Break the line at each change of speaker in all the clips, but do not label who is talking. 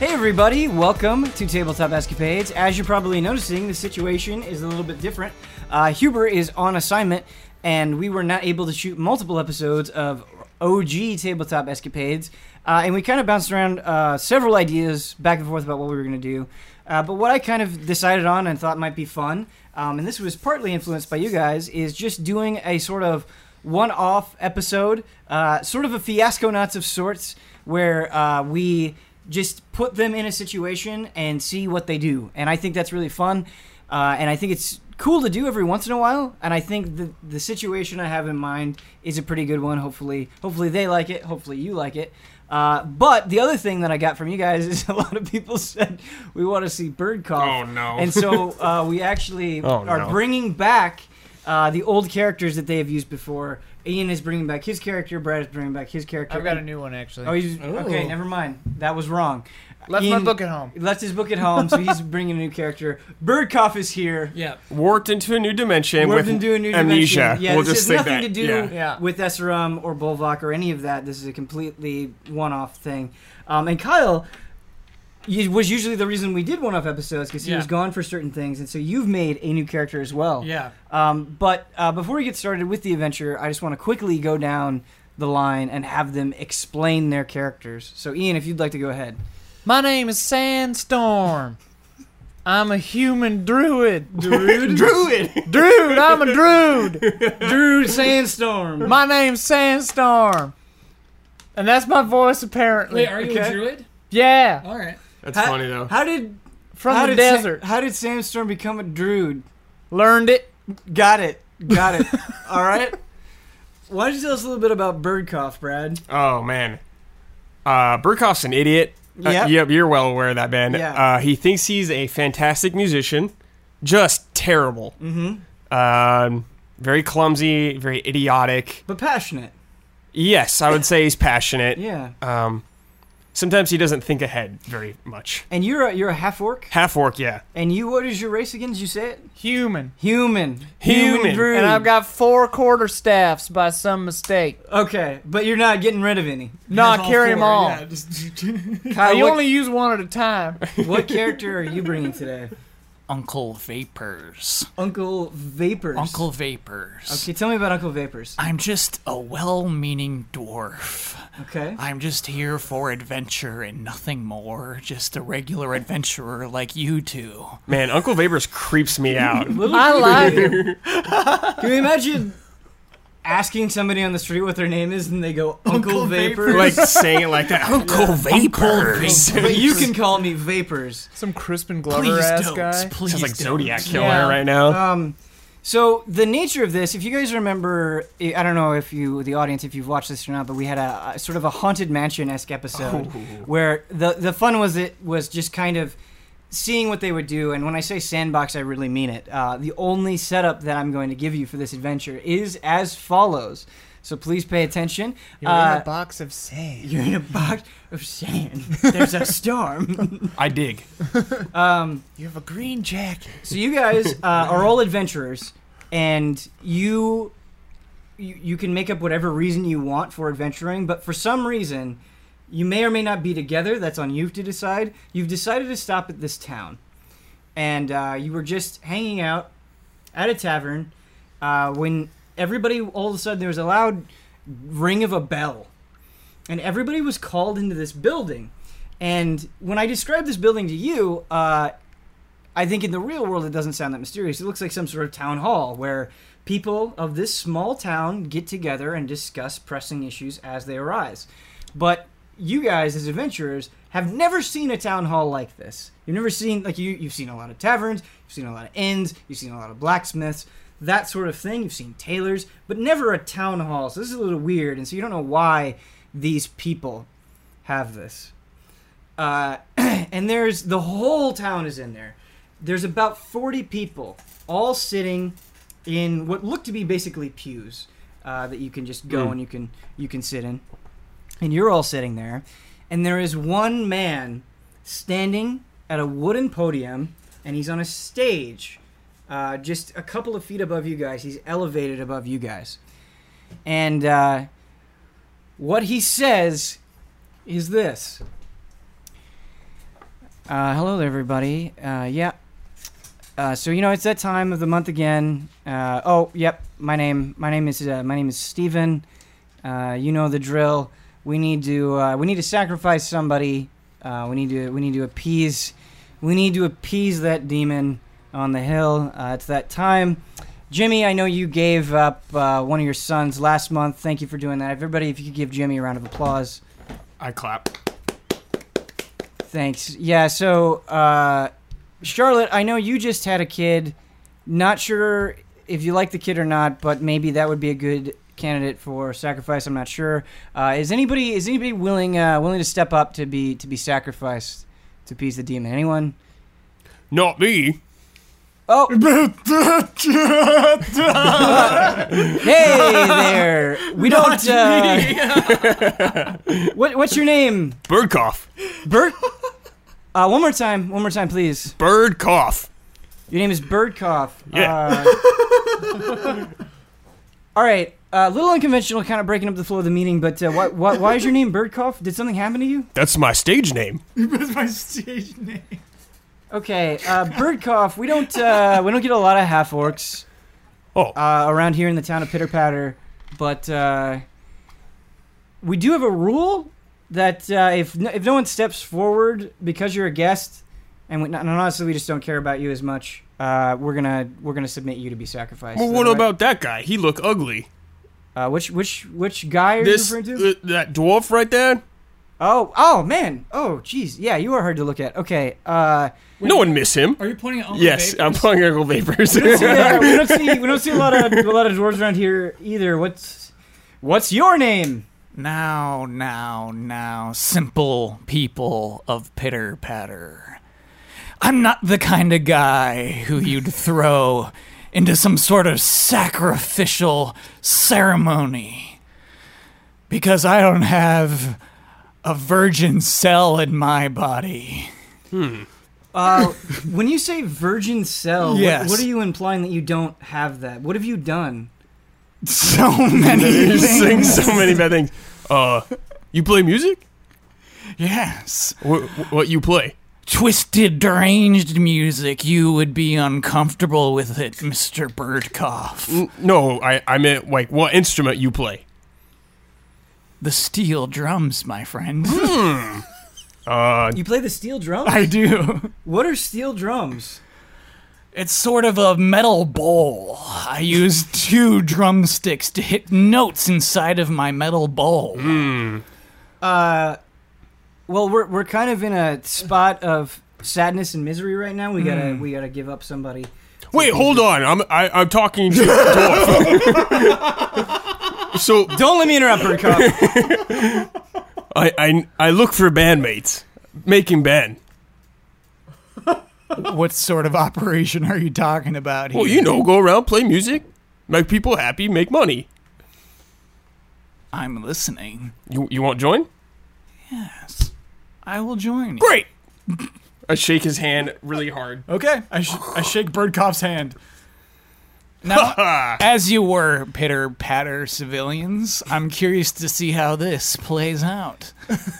everybody, welcome to Tabletop Escapades. As you're probably noticing, the situation is a little bit different. Uh, Huber is on assignment, and we were not able to shoot multiple episodes of OG Tabletop Escapades, uh, and we kind of bounced around uh, several ideas back and forth about what we were going to do. Uh, but what I kind of decided on and thought might be fun, um, and this was partly influenced by you guys, is just doing a sort of one off episode, uh, sort of a fiasco nuts of sorts, where uh, we just put them in a situation and see what they do. And I think that's really fun. Uh, and I think it's cool to do every once in a while. And I think the, the situation I have in mind is a pretty good one. Hopefully, hopefully they like it. Hopefully you like it. Uh, but the other thing that I got from you guys is a lot of people said we want to see bird
Oh,
cough.
no.
And so uh, we actually
Oh,
are
no.
bringing back uh, the old characters that they have used before. Ian is bringing back his character. Brad is bringing back his character.
I've got a new one actually.
Oh, he's, okay.
Ooh.
Never mind. That was wrong.
Left
Ian
my book at home.
Left his book at home, so he's bringing a new character. Birdcough is here.
Yeah.
warped into a new dimension
Warped
with
into a new
amnesia.
dimension. Yeah,
we'll
this
just
has
say
nothing
that.
to do
Yeah.
Yeah.
with Esaram or Bolvok or any of that. This is a completely one-off thing. Um, and Kyle y- was usually the reason we did one-off episodes because he
Yeah.
was gone for certain things, and so you've made a new character as well.
Yeah.
Um, but uh, before we get started with the adventure, I just want to quickly go down the line and have them explain their characters. So, Ian, if you'd like to go ahead.
My name is Sandstorm. I'm a human druid.
Druid? Druid!
Druid, I'm a druid.
Druid Sandstorm!
My name's Sandstorm. And that's my voice apparently.
Wait, are you
Okay.
a druid?
yeah.
All right.
That's
Ha-
funny though.
How did
From
how
the
did Sa-
desert.
how did Sandstorm become a druid?
Learned it.
Got it. Got it. All right. Why don't you tell us a little bit about Birdcough, Brad?
Oh man, uh, Burkoff's an idiot. Uh,
Yep.
yep, you're well aware of that, man.
Yeah.
Uh, he thinks he's a fantastic musician, just terrible. Mm-hmm. Um, very clumsy, very idiotic.
But passionate.
Yes, I would say he's passionate.
Yeah.
Um, sometimes he doesn't think ahead very much.
And you're a, you're a half orc.
Half orc, yeah.
And you, what is your race again? Did you say it?
Human.
Human.
Human.
druid.
And I've got four quarter staffs by some mistake.
Okay, but you're not getting rid of any.
No, I carry them all.
Kyle,
you
what,
only use one at a time.
what character are you bringing today?
Uncle Vapors.
Uncle Vapors.
Uncle Vapors.
Okay, tell me about Uncle Vapors.
I'm just a well meaning dwarf.
Okay.
I'm just here for adventure and nothing more. Just a regular adventurer like you two.
Man, Uncle Vapors creeps me out.
Little
I
Vapors.
like it.
Can you imagine asking somebody on the street what their name is and they go Uncle, Vapors?
like saying it like that. Uncle Vapors.
but you can call me Vapors.
Some Crispin Glover
Please
ass
don't.
guy.
Please
Sounds like
don't.
Zodiac Killer
Yeah.
right now.
Um, so the nature of this, if you guys remember, I I don't know if you, the audience, if you've watched this or not, but we had a, a sort of a haunted mansion esque episode
Oh.
where the the fun was it was just kind of seeing what they would do. And when I say sandbox, I really mean it. Uh, the only setup that I'm going to give you for this adventure is as follows. So please pay attention.
You're in
Uh,
a box of sand.
you're in a box of sand. There's a storm.
I dig.
um,
You have a green jacket.
So you guys uh, are all adventurers, and you, you you can make up whatever reason you want for adventuring. But for some reason, you may or may not be together. That's on you to decide. You've decided to stop at this town, and uh, you were just hanging out at a tavern uh, when everybody all of a sudden there was a loud ring of a bell, and everybody was called into this building. And when I described this building to you, uh, I think in the real world it doesn't sound that mysterious. It looks like some sort of town hall where people of this small town get together and discuss pressing issues as they arise. But you guys as adventurers have never seen a town hall like this. You've never seen like you you've seen a lot of taverns, you've seen a lot of inns, you've seen a lot of blacksmiths, that sort of thing. You've seen tailors, but never a town hall. So this is a little weird and so you don't know why these people have this. Uh, and there's the whole town is in there. There's about 40 people all sitting in what look to be basically pews uh, that you can just go
Mm.
and you can you can sit in. And you're all sitting there and there is one man standing at a wooden podium and he's on a stage uh, just a couple of feet above you guys. He's elevated above you guys. And uh, what he says is this Uh, hello there, everybody. Uh, yeah. Uh, so you know it's that time of the month again. Uh, oh, yep. My name. My name is. Uh, my name is Steven. Uh, you know the drill. We need to. Uh, we need to sacrifice somebody. Uh, we need to. We need to appease. We need to appease that demon on the hill. Uh, it's that time. Jimmy, I know you gave up uh, one of your sons last month. Thank you for doing that. Everybody, if you could give Jimmy a round of applause.
I clap.
Thanks. Yeah, so uh, Charlotte, I know you just had a kid. Not sure if you like the kid or not, but maybe that would be a good candidate for sacrifice. I'm not sure. Uh, is anybody is anybody willing uh, willing to step up to be to be sacrificed to appease the demon? Anyone?
Not me.
Oh, hey there. We don't. Uh, what, what's your name?
Bird cough.
Bert. Uh, one more time. One more time, please.
Bird cough.
Your name is Birdcough.
Yeah.
Uh, all right. uh, A little unconventional, kind of breaking up the flow of the meeting, but uh, why, why, why is your name Birdcough? Did something happen to you?
That's my stage name.
That's my stage name.
Okay, uh, Birdcough. We don't uh, we don't get a lot of half orcs
Oh,
uh, around here in the town of Pitter Patter, but uh, we do have a rule that uh, if no, if no one steps forward because you're a guest, and, we, and honestly we just don't care about you as much, uh, we're gonna we're gonna submit you to be sacrificed.
well,
Is that
what
all right?
about that guy? He look ugly.
Uh, which which which guy are
This
you referring to?
uh, that dwarf right there.
oh oh man oh jeez yeah you are hard to look at. Okay, uh,
No one miss him.
Are you pointing at Uncle
Yes,
Dave?
I'm playing Uncle Vapors.
yeah, we don't see we don't see a lot of a lot of dwarves around here either. What's what's your name?
Now, now, now, simple people of pitter patter. I'm not the kind of guy who you'd throw into some sort of sacrificial ceremony. Because I don't have a virgin cell in my body.
Uh, when you say virgin cell, what-
Yes.
what, are you implying that you don't have that? What have you done?
So many
saying
things.
so many bad things. Uh, you play music?
Yes.
What, what you play?
Twisted, deranged music. You would be uncomfortable with it, Mr. Birdcough.
N- No, I, I meant like what instrument you play.
The steel drums, my friend.
Hmm. Uh,
You play the steel drum.
I do.
What are steel drums?
It's sort of a metal bowl. I use two drumsticks to hit notes inside of my metal bowl.
Hmm.
Uh, well, we're we're kind of in a spot of sadness and misery right now. We gotta
Hmm.
we gotta give up somebody.
wait, hold on. I'm I, I'm talking to the dwarf. so
Don't let me interrupt, Birdcough.
I, I I look for bandmates. Making band.
What sort of operation are you talking about here?
Well, you know, go around play music, make people happy, make money.
I'm listening.
You you won't join?
Yes. I will join. you.
Great. I shake his hand really hard.
Okay, I, sh- I shake Birdcoff's hand.
Now, as you were pitter patter civilians, I'm curious to see how this plays out.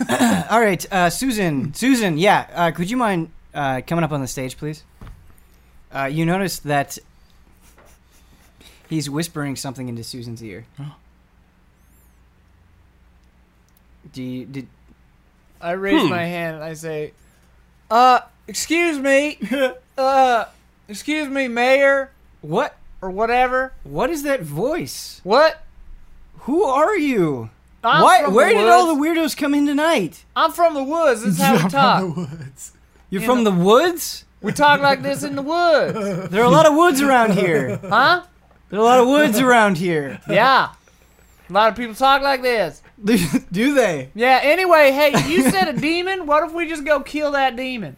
All right, uh, Susan. Susan, yeah. Uh, could you mind uh, coming up on the stage, please? Uh, you notice that he's whispering something into Susan's ear. Do you, did,
I raise
Hmm.
my hand and I say, "Uh, excuse me, uh, excuse me, Mayor
what?
or whatever.
What is that voice?
What?
Who are you?
I'm
Why,
from
where did all
woods.
the weirdos come in tonight?
I'm from the woods. This is how we talk.
You're
You
from
know-
the woods?
We talk like this in the woods,
There are a lot of woods around here.
huh?
There are a lot of woods around here.
Yeah. A lot of people talk like this.
Do they?
Yeah. Anyway, hey, you said a demon. What if we just go kill that demon?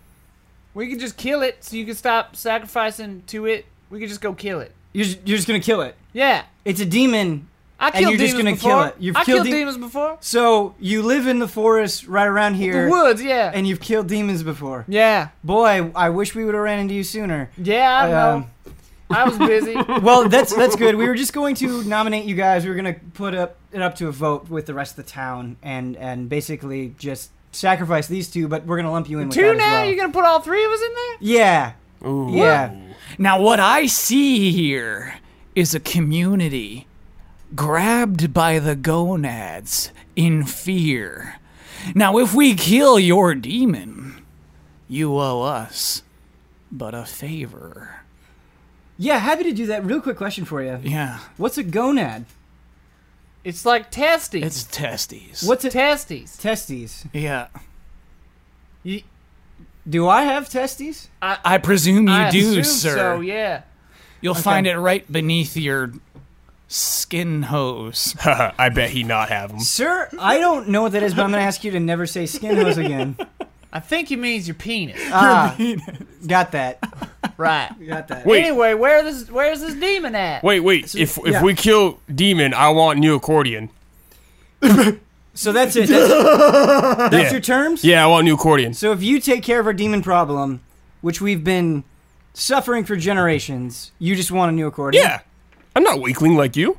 We could just kill it, so you can stop sacrificing to it. We could just go kill it.
You're, just- you're just gonna kill it.
Yeah.
It's a demon
I
And
killed
you're
demons
just gonna
before.
kill it. You've
I
killed
killed
de-
demons before.
So you live in the forest right around here,
The woods, yeah.
and you've killed demons before.
yeah.
Boy, I wish we would have ran into you sooner.
Yeah, I know.
Um,
I was busy.
well, that's that's good. We were just going to nominate you guys. We were gonna put up it up to a vote with the rest of the town, and and basically just sacrifice these two, but we're gonna lump you in with
Two
that as
now?
well.
You're gonna put all three of us in there?
yeah,
Ooh.
yeah.
Now, what I see here is a community grabbed by the gonads in fear. Now, if we kill your demon, you owe us but a favor.
Yeah, happy to do that. Real quick question for you.
Yeah,
What's a gonad?
It's like testes.
it's testes.
What's a
testes?
testes?
Yeah.
You,
Do I have testes?
Uh,
I presume you
I
do,
assume
sir.
So yeah.
You'll find it right beneath your skin hose.
I bet he not have them.
Sir, I don't know what that is, but I'm gonna ask you to never say skin hose again.
I think he means your penis.
Uh,
Ah, got that.
right.
Got that.
Wait.
Anyway, where this where's this demon at?
Wait, wait. if
yeah.
if we kill demon, I want new accordion.
So that's it. That's, that's
Yeah.
your terms.
Yeah, I want new accordion.
So if you take care of our demon problem, which we've been suffering for generations, you just want a new accordion.
Yeah, I'm not weakling like you.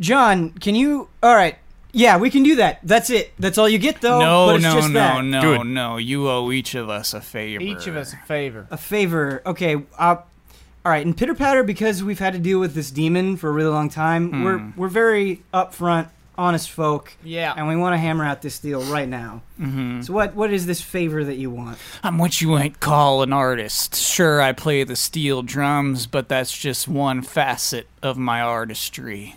John, can you? All right. Yeah, we can do that. That's it. That's all you get, though. but
no,
it's
no,
just
no,
that.
Do
no,
it.
no. You owe each of us a favor.
Each of us a favor.
A favor. Okay. Uh, all right. And pitter patter, because we've had to deal with this demon for a really long time.
Hmm.
We're we're very upfront, honest folk,
Yeah.
and we want to hammer out this deal right now. Mm-hmm. So what what is this favor that you want?
I'm what you might call an artist. Sure, I play the steel drums, but that's just one facet of my artistry.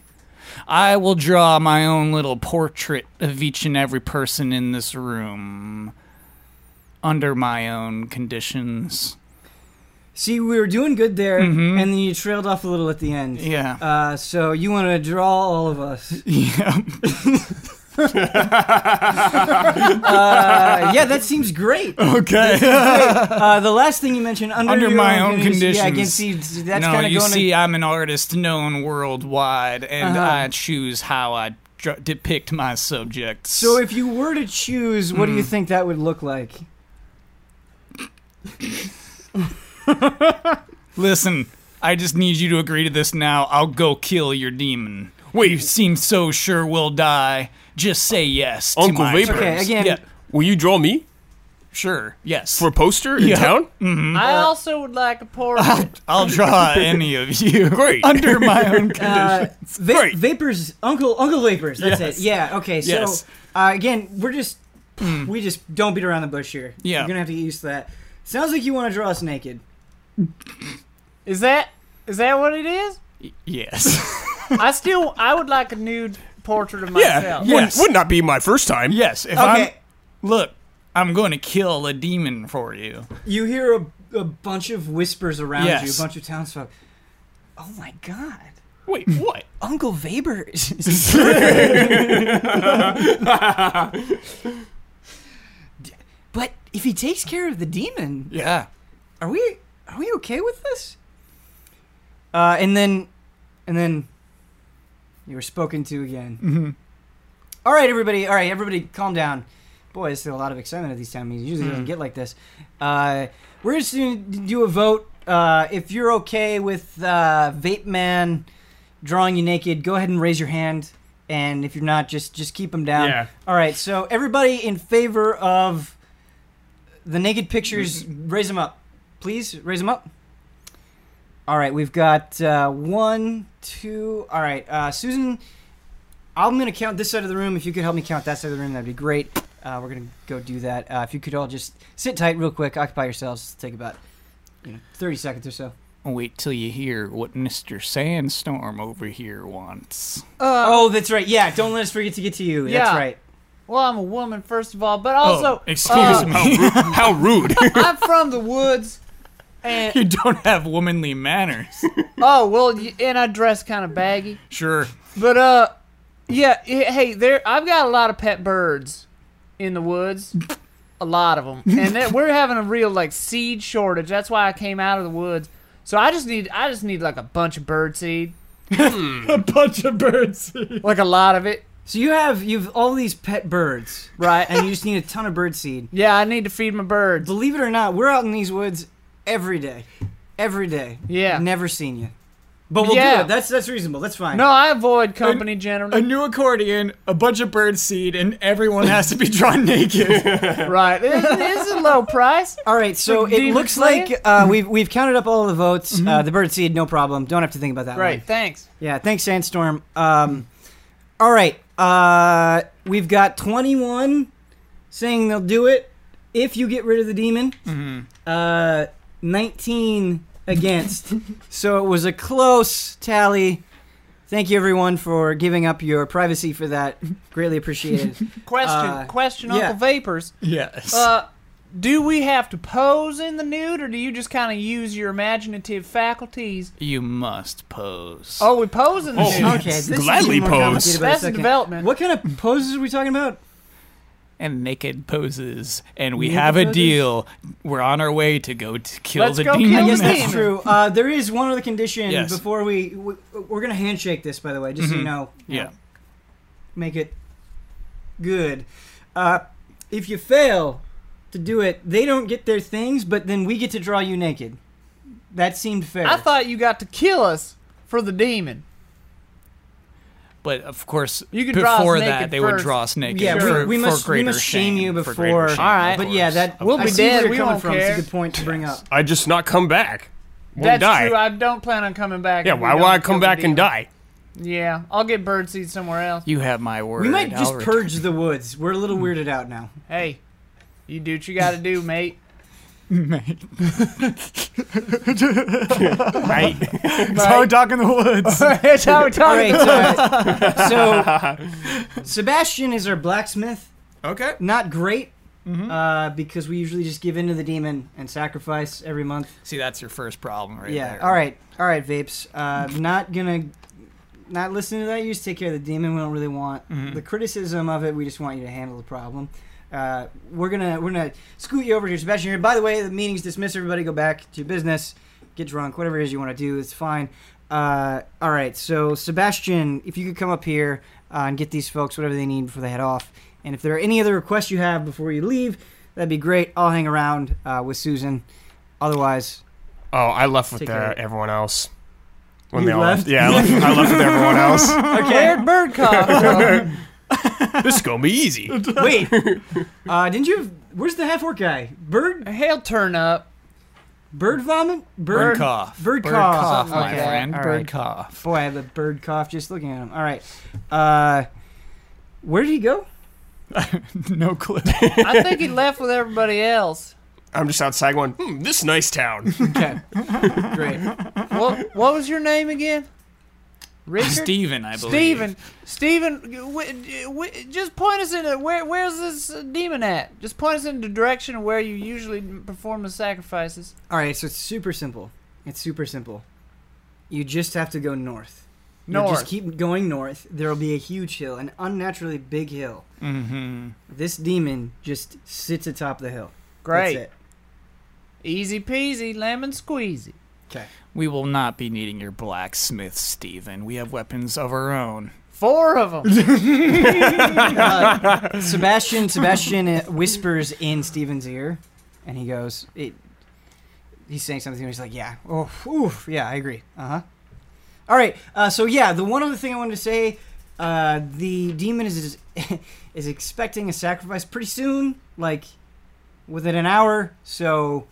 I will draw my own little portrait of each and every person in this room under my own conditions.
See, we were doing good there, and then you trailed off a little at the end.
Mm-hmm. Yeah.
Uh, so you want to draw all of us?
yeah.
Uh, yeah, that seems great.
Okay.
Uh, the last thing you mentioned under,
Under
your
my own
Yeah, I can
conditions.
see that's
no,
kind of
you
going.
see, I'm an artist known worldwide, and
Uh-huh.
I choose how I dr- depict my subjects.
so if you were to choose, what do
Mm.
you think that would look like?
Listen, I just need you to agree to this now. I'll go kill your demon. You
Wait,
seem so sure we'll die. Just say yes. to
Uncle
my
Vapor.
terms.
Okay, again,
Yeah,
will you draw me
sure. Yes.
for a poster in
Yeah.
town?
Mm-hmm.
I also would like a portrait.
I'll draw any of you.
Great.
Under my own condition.
uh, Va-
Great.
Vapors, Uncle Uncle Vapors. That's
Yes.
it. Yeah. Okay. So
Yes. Mm.
uh, again, we're just we just don't beat around the bush here.
Yeah.
You're gonna have to get used to that. Sounds like you want to draw us naked.
is that is that what it is?
yes.
I still I would like a nude portrait of
Yeah,
myself.
wouldn't,
Yes.
would not be my first time.
Yes. If
Okay.
I'm look, I'm going to kill a demon for you.
You hear a, a bunch of whispers around you,
Yes.
a bunch of townsfolk. Oh my God,
Wait, what?
Uncle Vapors. but if he takes care of the demon,
Yeah.
are we are we okay with this? Uh, and then, and then, you were spoken to again. Mm-hmm. right, everybody. All right, everybody, calm down. Boy, there's still a lot of excitement at these town meetings. Usually, doesn't get like this. Uh, we're just gonna do a vote. Uh, if you're okay with uh, Vape Man drawing you naked, go ahead and raise your hand. And if you're not, just just keep them down.
Yeah.
All right. So everybody in favor of the naked pictures, raise them up, please. Raise them up. All right, we've got uh, one, two. All right, uh, Susan, I'm gonna count this side of the room. If you could help me count that side of the room, that'd be great. Uh, we're gonna go do that. Uh, if you could all just sit tight, real quick, occupy yourselves. Take about you know 30 seconds or so.
Wait till you hear what Mr. Sandstorm over here wants.
oh, that's right. Yeah, don't let us forget to get to you.
Uh, Yeah.
That's right.
Well, I'm a woman first of all, but also
oh, excuse
How
uh,
me.
rude. How rude.
I'm from the woods. And
you don't have womanly manners.
oh well, y- and I dress kind of baggy.
Sure.
But uh, yeah. he- Hey, there. I've got a lot of pet birds in the woods, a lot of them, and that, we're having a real like seed shortage. That's why I came out of the woods. So I just need, I just need like a bunch of bird seed,
A bunch of birds.
like a lot of it,
So you have you've all these pet birds,
right?
and you just need a ton of bird seed.
yeah, I need to feed my birds.
Believe it or not, we're out in these woods every day, every day.
Yeah.
never seen you. But we'll do
Yeah.
it. That's that's reasonable. That's fine.
No, I avoid company generally.
A new accordion, a bunch of bird seed, and everyone has to be drawn naked.
right. It, it is a low price.
All right, so
Do
it
you
looks
play
like
it?
uh, we've we've counted up all the votes. Uh, the bird seed, no problem. Don't have to think about that.
Mm-hmm. Right.
one.
Thanks.
Yeah. Thanks, Sandstorm. Um, all right. Uh, we've got 21 saying they'll do it if you get rid of the demon.
Mm-hmm.
Uh, 19 against. so it was a close tally. Thank you, everyone, for giving up your privacy for that. Greatly appreciated.
Question.
Uh,
question,
yeah.
Uncle Vapors.
yes.
Uh, do we have to pose in the nude, or do you just kind of use your imaginative faculties?
You must pose.
Oh, we pose in the nude.
okay, this is
Gladly
more
pose.
complicated by the
That's
second.
development.
What kind of poses are we talking about?
And naked poses. And we
Naked
have a
poses?
deal. We're on our way to go to kill
Let's
the
go
demon.
kill
I guess
the
now.
that's true. Uh, there is one other condition
Yes. Mm-hmm.
before we, we we're gonna handshake this, by the way, just so you know.
Yeah.
Make it good. Uh, if you fail to do it, they don't get their things, but then we get to draw you naked. That seemed fair.
I thought you got to kill us for the demon.
But of course,
You could draw us
before
naked
that, they would
first.
draw us naked.
Yeah,
for,
we, we
for
must we
greater
must shame you
for greater
before.
shame,
All right.
of
but yeah,
course.
that
Of
We'll
I
be
see where
dead,
you're
we
coming
don't
from.
care.
It's a good point to bring up.
I just not come back. Won't
That's
die.
true. I don't plan on coming back.
yeah,
if
why
we
would I
don't kill
come
the
back and
demon.
die?
Yeah, I'll get birdseed somewhere else.
You have my word.
We might just
I'll return- Hmm.
purge the woods. We're a little weirded out now.
Hey, you do what you got to do, mate.
Right.
How we talk in the woods.
That's how we
All
talk.
right. uh, so Sebastian is our blacksmith.
okay.
Not great. Uh, because we usually just give in to the demon and sacrifice every month.
See, that's your first problem right
yeah.
there.
All right. All right, vapes. Uh, not gonna, not listen to that. You just take care of the demon. We don't really want
Mm-hmm.
the criticism of it. We just want you to handle the problem. Uh, we're gonna we're gonna scoot you over to Sebastian here. By the way, the meeting's dismissed. Everybody go back to your business. Get drunk. Whatever it is you want to do, it's fine. Uh, all right. So Sebastian, if you could come up here uh, and get these folks whatever they need before they head off. And if there are any other requests you have before you leave, that'd be great. I'll hang around uh, with Susan. Otherwise,
Oh, I left with
Take
uh,
care.
everyone else. When
You
they all
left?
Yeah, I left, I left with everyone else.
Where'd bird come from?
This is gonna be easy.
Wait, uh, didn't you? Have, where's the half orc guy? Bird,
He'll turn up.
bird vomit,
Bird,
bird,
cough.
bird
bird
cough.
cough,
Something
my
like that.
friend.
All
bird
right.
cough.
Boy, I have a bird cough just looking at him. All right, uh, where did he go?
No clue.
I think he left with everybody else.
I'm just outside going, hmm, this nice town.
Okay, great.
What What was your name again? Richard.
Steven, I believe.
Steven, Steven, w- w- just point us in a, where where's this uh, demon at? Just point us in the direction of where you usually perform the sacrifices.
All right, so it's super simple. It's super simple. You just have to go north. You
North.
just keep going north. There will be a huge hill, an unnaturally big hill.
Mm-hmm.
This demon just sits atop the hill.
Great,
That's it.
easy peasy, lemon squeezy.
We will not be needing your blacksmith, Steven. We have weapons of our own.
Four of them.
Sebastian Sebastian uh, whispers in Steven's ear, and he goes, it, he's saying something, and he's like, yeah, oh, oof, yeah, I agree. Uh-huh. All right, uh, so yeah, the one other thing I wanted to say, uh, the demon is, is, is expecting a sacrifice pretty soon, like within an hour, so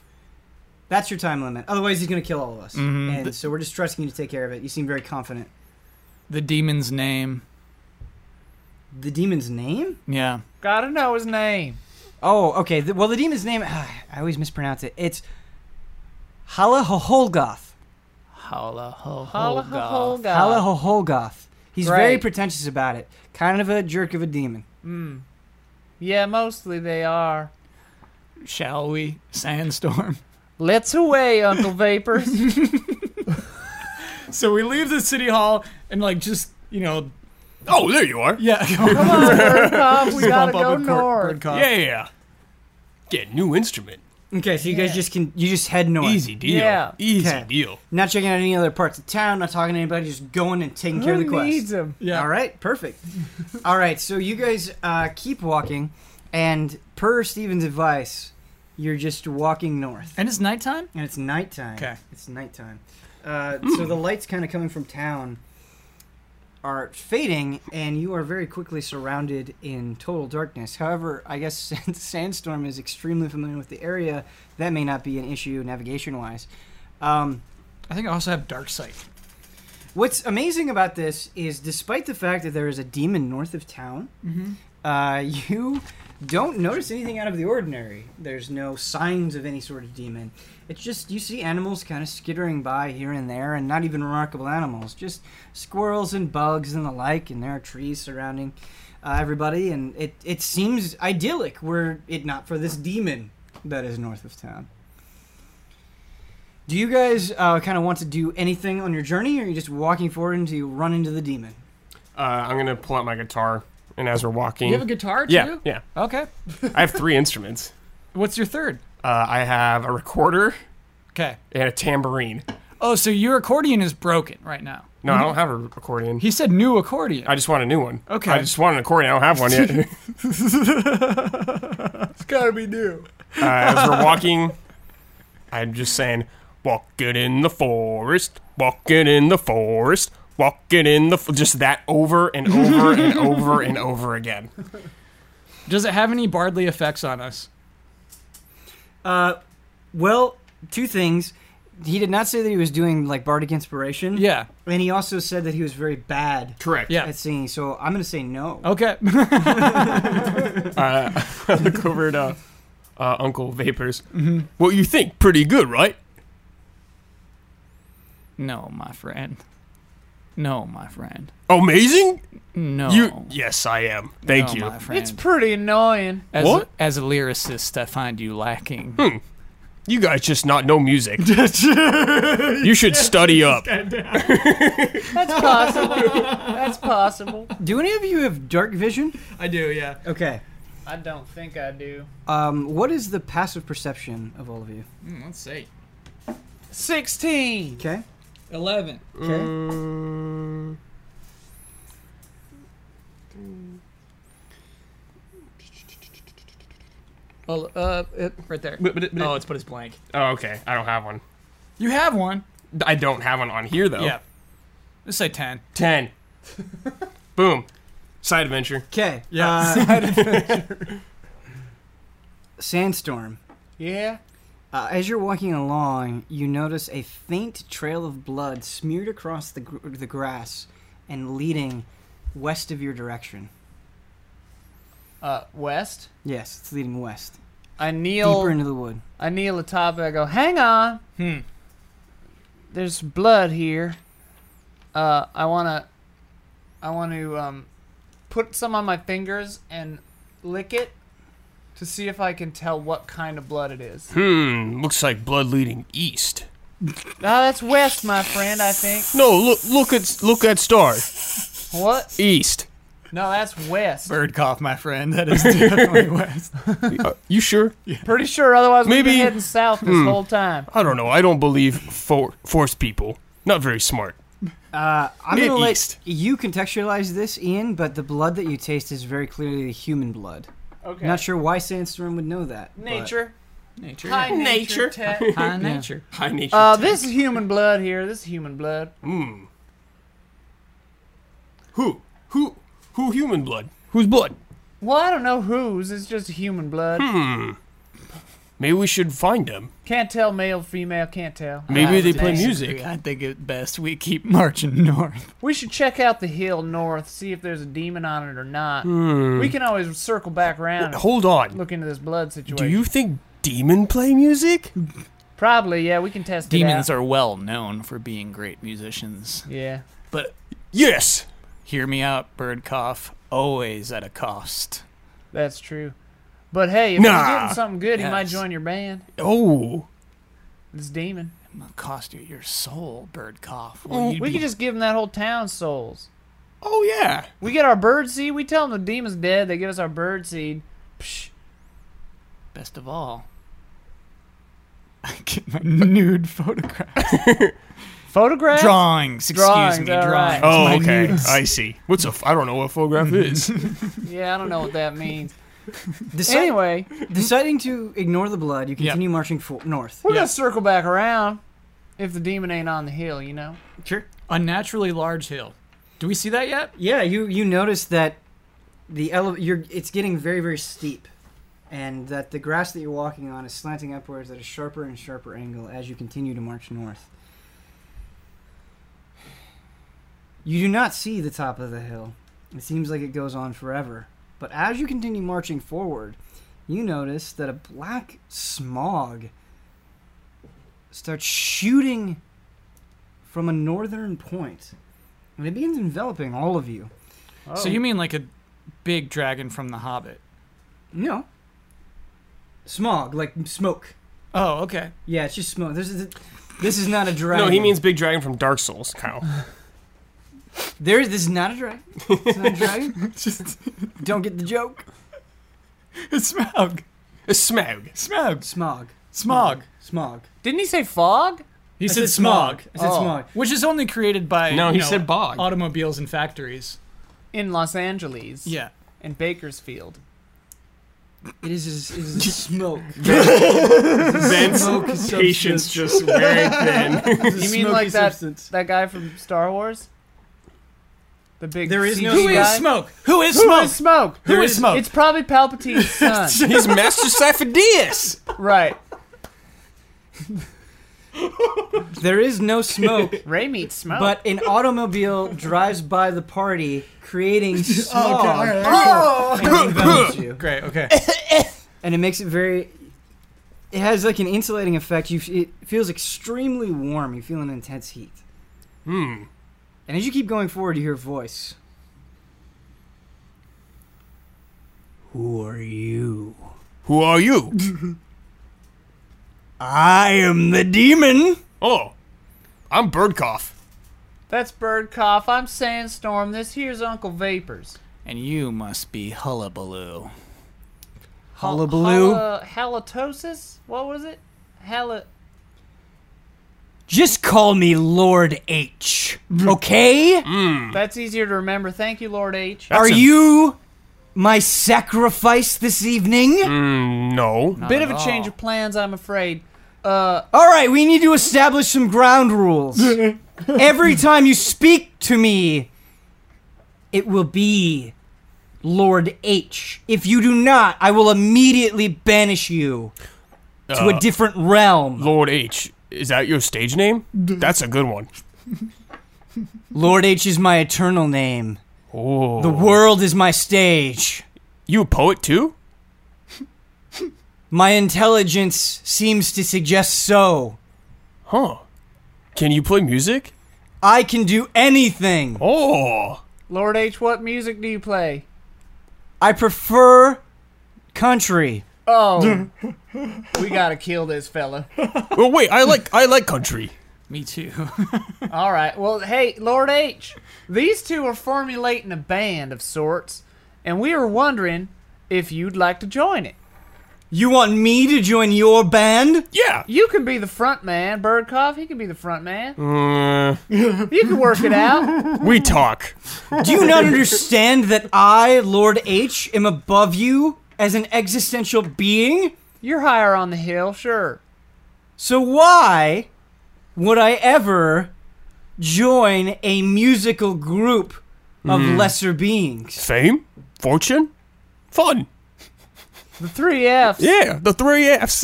that's your time limit. Otherwise, he's going to kill all of us.
Mhm.
And so we're just trusting you to take care of it. You seem very confident.
The demon's name.
The demon's name?
Yeah.
Gotta know his name.
Oh, okay. The, well, the demon's name, I always mispronounce it. It's Halahoholgoth.
Holla ho
Holla, ho, ho,
ho.
God.
Halahoholgoth. He's very
Right.
pretentious about it. Kind of a jerk of a demon.
Mm. Yeah, mostly they are.
Shall we? Sandstorm.
Let's away, Uncle Vapors.
So we leave the city hall and like just you know
oh, there you are.
yeah.
Come on, bird cough. We gotta
bump up
go
with cor-
north.
bird cough.
Yeah, yeah. Get new instrument.
Okay, so you guys
Yeah.
just can you just head north.
Easy deal.
Yeah.
Easy
Okay.
deal.
Not checking out any other parts of town. Not talking to anybody. Just going and taking care of the
Who
quest.
needs him?
Yeah.
All right, perfect. All right, so you guys uh, keep walking, and per Steven's advice, you're just walking north.
And it's nighttime?
And it's nighttime.
Okay.
It's nighttime. Uh, So the lights kind of coming from town are fading, and you are very quickly surrounded in total darkness. However, I guess since Sandstorm is extremely familiar with the area, that may not be an issue navigation wise. Um,
I think I also have dark sight.
What's amazing about this is, despite the fact that there is a demon north of town, uh, you don't notice anything out of the ordinary. There's no signs of any sort of demon. It's just you see animals kind of skittering by here and there, and not even remarkable animals, just squirrels and bugs and the like, and there are trees surrounding uh, everybody, and it, it seems idyllic were it not for this demon that is north of town. Do you guys uh, kind of want to do anything on your journey, or are you just walking forward until you run into the demon?
Uh, I'm gonna pull out my guitar, and as we're walking,
You have a guitar too?
yeah, yeah,
Okay.
I have three instruments.
What's your third?
Uh, I have a recorder
Okay.
and a tambourine.
Oh, so your accordion is broken right now.
No, I don't have a accordion.
He said new accordion.
I just want a new one.
Okay.
I just want an accordion. I don't have one yet.
It's gotta be new.
uh, as we're walking, I'm just saying, walking in the forest, walking in the forest, walking in the f-, just that over and over and over and over again.
Does it have any Bardley effects on us?
Uh, well, two things. He did not say that he was doing like bardic inspiration.
Yeah.
and he also said that he was very bad
Correct.
Yeah.
at singing. So I'm gonna say no.
Okay.
Uh, I look over at uh, uh, Uncle Vapors. What you think? Pretty good, right?
No, my friend. No, my friend.
Amazing.
No.
You? Yes, I am. Thank
no,
you.
My friend.
It's pretty annoying.
as,
What?
As a lyricist, I find you lacking.
You guys just not know music. you should study up.
That's possible. That's possible.
Do any of you have dark vision?
I do, yeah.
Okay.
I don't think I do.
Um, what is the passive perception of all of you?
let's see.
Sixteen.
Okay.
11.
Okay.
Mm.
Well, uh, it, right there. Oh, it's but it's blank.
Oh, okay. I don't have one.
You have one.
I don't have one on here though.
Oh.
Yeah. Let's say 10.
10. Boom. Side adventure.
Okay. uh,
Yeah.
Sandstorm.
Yeah.
Uh, as you're walking along, you notice a faint trail of blood smeared across the, gr- the grass and leading west of your direction.
Uh, West.
Yes, it's leading west,
I kneel.
deeper into the wood.
I kneel atop it. I go, hang on.
Hmm.
There's blood here. Uh, I wanna, I want to um, put some on my fingers and lick it to see if I can tell what kind of blood it is. Ah,
Hmm. Looks like blood leading east.
that's west, my friend. I think.
No, look, look at, look at star.
What?
East.
No, that's west.
Bird cough, my friend. That is definitely West.
Uh, you sure?
Pretty sure. Otherwise, we've
Maybe-
been heading south this
Hmm.
whole time.
I don't know. I don't believe for force people. Not very smart.
Uh, I'm going to let
Mid-east.
you contextualize this, Ian, but the blood that you taste is very clearly the human blood.
Okay.
Not sure why Sandstorm would know that. but-
Nature.
Nature.
Hi, nature. Ted.
High nature.
High nature.
Uh, this is human blood here. This is human blood.
Hmm. Who? Who? Who human blood? Whose blood?
Well, I don't know whose. It's just human blood.
Hmm. Maybe we should find them.
Can't tell male, female. Can't tell. Uh,
Maybe
I
they
would
play
disagree.
music.
I think it best we keep marching north.
We should check out the hill north, see if there's a demon on it or not.
Hmm.
We can always circle back around and
Hold on.
look into this blood
Do
situation.
you think demon play music?
Probably, yeah. We can test
Demons
it out.
are well known for being great musicians.
Yeah.
But
Yes.
hear me out, bird cough. Always at a cost.
That's true. But hey, if he's
Nah.
getting something good, he might
Yes.
join your band.
Oh,
This demon.
I'm gonna cost you your soul, bird cough.
Oh,
Will you
We
be-
could just give him that whole town souls.
oh yeah.
We get our bird seed. We tell them the demon's dead. They give us our bird seed. Psh.
best of all. I get my nude photograph.
Photographs.
drawings, excuse
Drawings,
me,
all right.
drawings. my nudes.
Oh, I see. What's a? F- I don't know what photograph is.
Yeah, I don't know what that means.
Deci-
anyway,
Deciding to ignore the blood, you
Yeah.
continue marching fo- north.
we're gonna circle back around. If the demon ain't on the hill, you know.
Sure.
Unnaturally large hill. Do we see that yet?
Yeah, you you notice that the ele- you're it's getting very very steep, and that the grass that you're walking on is slanting upwards at a sharper and sharper angle as you continue to march north. You do not see the top of the hill. It seems like it goes on forever. But as you continue marching forward, you notice that a black smog starts shooting from a northern point. And it begins enveloping all of you.
So you mean like a big dragon from The Hobbit?
No. Smog, like smoke.
Oh, okay.
Yeah, it's just smoke. This is this is not a dragon.
No, he means big dragon from Dark Souls, Kyle.
there. This is not a dragon. It's not a dragon.
Just
Don't get the joke.
smog,
It's Smaug.
smog,
Smog,
smog.
smog.
Didn't he say fog?
He
I
said smog,
I said
Oh.
smog.
which is only created by
No,
you
he
know,
said bog.
automobiles and factories.
In Los Angeles.
Yeah.
And Bakersfield.
It is, is, is smoke.
Ben's
Smoke
patience
substance.
just very thin.
It's a
You mean
smoky
like that-
substance.
That guy from Star Wars. The big.
There is no
CG
Who is
guy?
smoke? Who is
Who
smoke?
is smoke?
Who
There
is Smoke?
It's probably Palpatine's son.
He's Master Cyphidius.
right.
There is no smoke,
Ray meets smoke.
but an automobile drives by the party, creating
Oh,
smog. and
Oh.
envelops you.
Great. Okay.
and it makes it very it has like an insulating effect you it feels extremely warm you feel an intense heat
Hmm.
and as you keep going forward you hear a voice who are you
Who are you?
i am the demon
Oh, I'm Birdcough.
That's Birdcough. I'm Sandstorm. This here's Uncle Vapors.
And you must be hullabaloo.
Hal-
Hullabaloo.
hala- halitosis? What was it? Hala-
Just call me Lord H. Okay?
That's easier to remember. Thank you, Lord H.
That's
Are
a-
you my sacrifice this evening?
Mm, no.
Bit
at
of a change
all.
of plans, I'm afraid. Uh,
all right we need to establish some ground rules every time you speak to me it will be lord h if you do not i will immediately banish you to
Uh,
a different realm
Lord H. Is that your stage name? That's a good one.
Lord H is my eternal name.
Oh.
The world is my stage.
You a poet too?
My intelligence seems to suggest so.
Huh. Can you play music?
I can do anything.
Oh.
Lord H, what music do you play?
I prefer country.
Oh, we gotta kill this fella.
Well, Oh, wait. I like I like country.
Me too.
All right. Well, hey, Lord H, these two are formulating a band of sorts, and we are wondering if you'd like to join it.
You want me to join your band?
Yeah.
You can be the front man, Birdcough. He can be the front man.
Mm.
Uh,
You can work it out.
we talk.
Do you not understand that I, Lord H, am above you as an existential being?
You're higher on the hill, sure.
So why would I ever join a musical group of lesser beings?
Fame, fortune, fun.
The three F's.
Yeah. The three F's.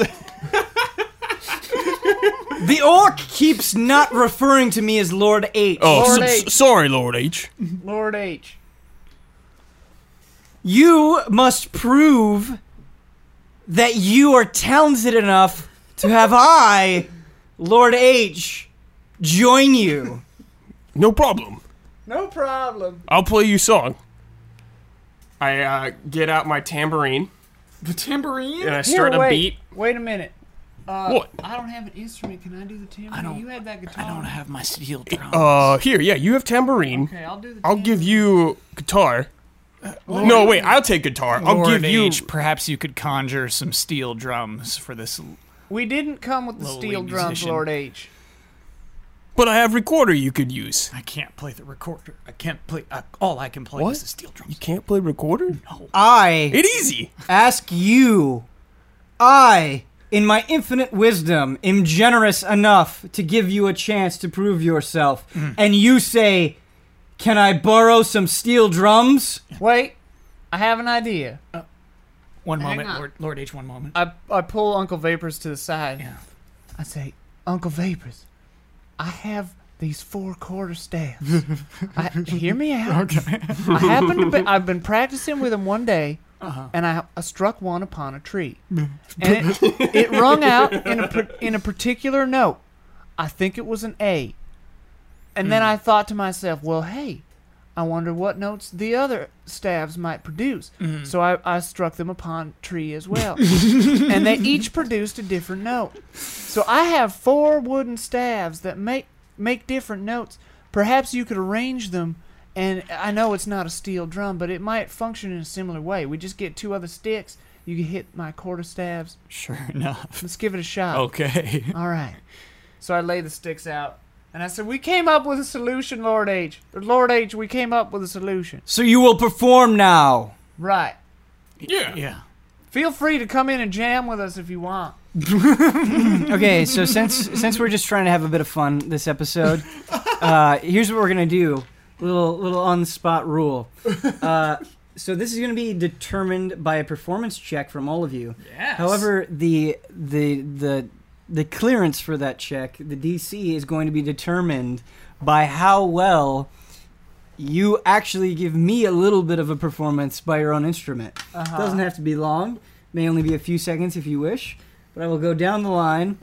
The orc keeps not referring to me as Lord H.
Oh,
Lord
s-
H.
s- sorry, Lord H.
Lord H.
You must prove that you are talented enough to have I, Lord H, join you.
No problem.
No problem.
I'll play you song. I uh, get out my tambourine
The tambourine.
and I start
wait.
a beat.
Wait a minute. Uh,
What?
I don't have an instrument. Can I do the tambourine?
don't-
you had that guitar.
I don't have my steel drum.
Uh, here, yeah, you have tambourine.
Okay, I'll Uh, do the.
I'll
tam-
give you guitar. No, wait, I'll take guitar. I'll
Lord
give you.
H, perhaps you could conjure some steel drums for this. l-
We didn't come with the
Lowly
steel drums,
musician.
Lord H.
But I have recorder you could use.
I can't play the recorder. I can't play. I, all I can play
What?
is the steel drums.
You can't play recorder?
I
It easy.
ask you, I, in my infinite wisdom, am generous enough to give you a chance to prove yourself. And you say, Can I borrow some steel drums?
Wait, I have an idea.
One
Hang
moment,
on. Uh,
Lord, Lord H. One moment.
I, I pull Uncle Vapors to the side.
Yeah.
I say, Uncle Vapors, I have these four quarter staffs. I, hear me out.
Okay.
I happen to be, I've been practicing with them one day,
Uh-huh.
and I, I struck one upon a tree, and it, it rung out in a par- in a particular note. I think it was an A, and then I thought to myself, well, hey. I wonder what notes the other staves might produce. So I, I struck them upon tree as well. and they each produced a different note. So I have four wooden staves that make make different notes. Perhaps you could arrange them and I know it's not a steel drum, but it might function in a similar way. We just get two other sticks, you can hit my quarter staves.
Sure enough.
Let's give it a shot.
Oh. Okay.
All right. So I lay the sticks out. And I said, "We came up with a solution, Lord H. Lord H, we came up with a solution."
So you will perform now.
Right.
Yeah.
Yeah.
Feel free to come in and jam with us if you want.
Okay, so since since we're just trying to have a bit of fun this episode, uh, here's what we're gonna do. Little little on the spot rule. Uh, so this is gonna be determined by a performance check from all of you.
Yes.
However, the the the the clearance for that check, the DC, is going to be determined by how well you actually give me a little bit of a performance by your own instrument.
Uh-huh.
Doesn't have to be long. May only be a few seconds if you wish. But I will go down the line.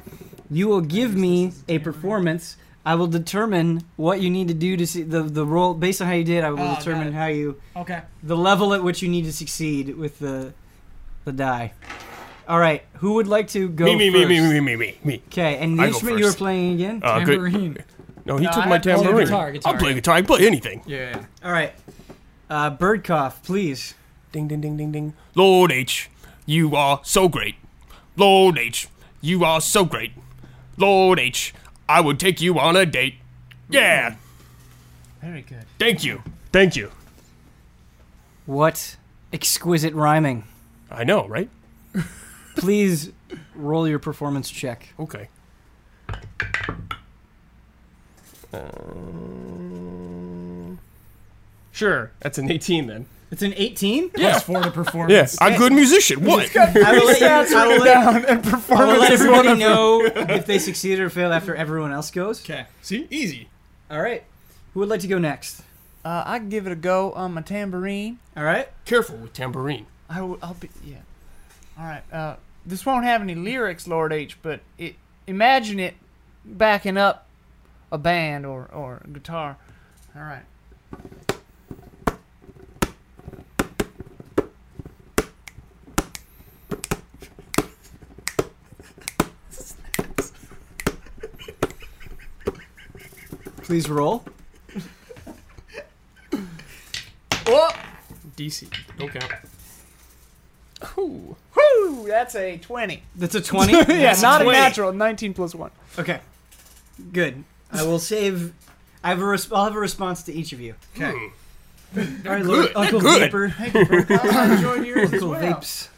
You will give me a performance. I will determine what you need to do to see the the role based on how you did. I will
Oh, got
determine
it.
how you
okay.
the level at which you need to succeed with the the die. All right, who would like to go
Me, me, me,
first?
me, me, me, me, me.
Okay, and the
I go
instrument you were
first.
playing again.
Uh, good.
Tambourine.
No, he
No, I
took my
have to play
tambourine.
guitar, guitar.
I'll play guitar. I can play anything.
Yeah. yeah.
All right, uh, Birdcough, please.
Ding, ding, ding, ding, ding. Lord H, you are so great. Lord H, you are so great. Lord H, I would take you on a date. Yeah.
Very good.
Thank you. Thank you.
What exquisite rhyming.
I know, right?
Please roll your performance check.
Okay. Sure, that's an 18 then.
It's an 18.
Plus four to performance.
Yeah, I'm a good musician. What?
I will let, you, I will let,
and
I will let
performance
everybody know if they succeeded or failed after everyone else goes.
Okay. See, easy.
All right, who would like to go next?
Uh, I can give it a go on my tambourine.
All right,
Careful with tambourine.
I will, I'll be yeah. All right. Uh, this won't have any lyrics, Lord H, but it imagine it backing up a band or or a guitar. All right.
please roll.
Whoa!
DC, don't count.
Whoo! That's a twenty.
That's a 20.
Yeah, not a
20.
natural. Nineteen plus one.
Okay. Good. I will save. I have a resp- I'll have a response to each of you.
Okay.
All right, Lord,
good.
Uncle
They're good.
Vapor,
Thank you. Bert. I enjoyed yours as
Uncle
well.
Vapes.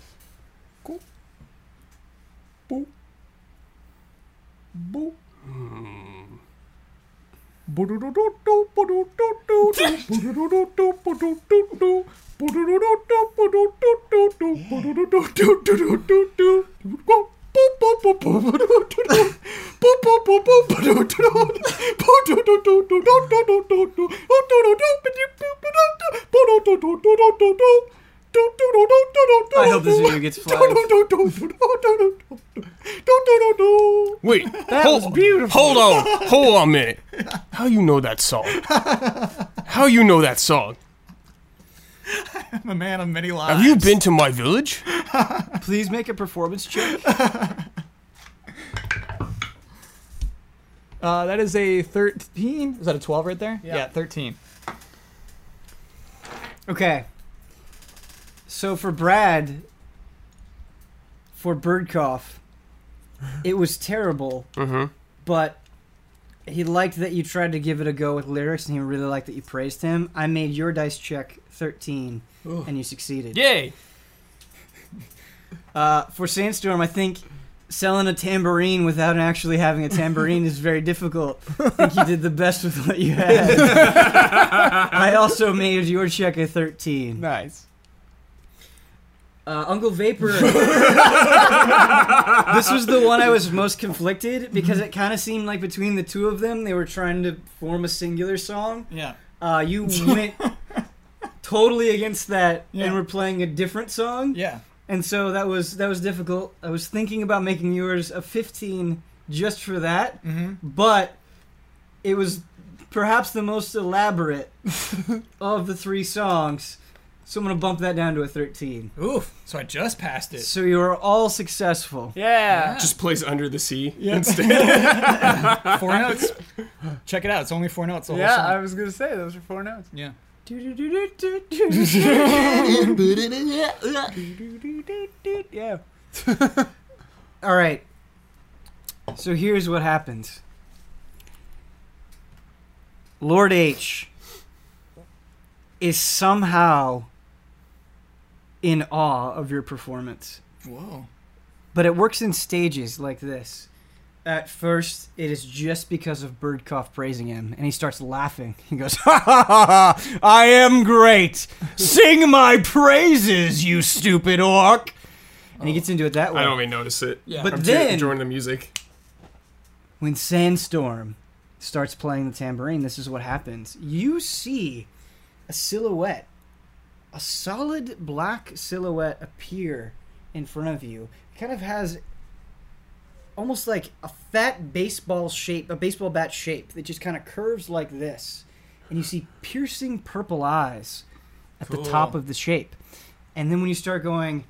I hope this video gets flagged.
Wait,
That
hold,
was beautiful.
hold on, hold on a minute. How you know that song? How you know that song?
I'm a man of many lives.
Have you been to my village?
Please make a performance check.
Uh, that is a 13. Is that a 12 right there?
Yeah.
13.
Okay. So for Brad, for Birdcough, it was terrible,
Mm-hmm.
but he liked that you tried to give it a go with lyrics, and he really liked that you praised him. I made your dice check 13, and you succeeded.
Yay!
Uh, for Sandstorm, I think selling a tambourine without actually having a tambourine is very difficult. I think you did the best with what you had. I also made your check a 13.
Nice.
Uh, Uncle Vapor. this was the one I was most conflicted because it kind of seemed like between the two of them, they were trying to form a singular song.
Yeah.
Uh, you went totally against that
Yeah.
and were playing a different song.
Yeah.
And so that was that was difficult. I was thinking about making yours a 15 just for that,
Mm-hmm.
but it was perhaps the most elaborate of the three songs. So I'm going to bump that down to a 13.
Oof. So I just passed it.
So you were all successful.
Yeah.
Just plays Under the Sea
Yeah.
instead.
Four notes. Check it out. It's only four notes. The
Yeah,
whole song.
I was gonna say those were four notes.
yeah.
yeah.
All right. So here's what happens. Lord H is somehow in awe of your performance.
Whoa.
But it works in stages like this. At first, it is just because of Birdcough praising him, and he starts laughing. He goes, Ha ha ha! ha, I am great! Sing my praises, you stupid orc! And he gets into it that way.
I don't even notice it.
Yeah.
But
I'm
then-
too enjoying the music.
when Sandstorm starts playing the tambourine, this is what happens. You see a silhouette, a solid black silhouette appear in front of you. It kind of has almost like a fat baseball shape, a baseball bat shape that just kind of curves like this. And you see piercing purple eyes at
Cool.
the top of the shape. And then when you start going,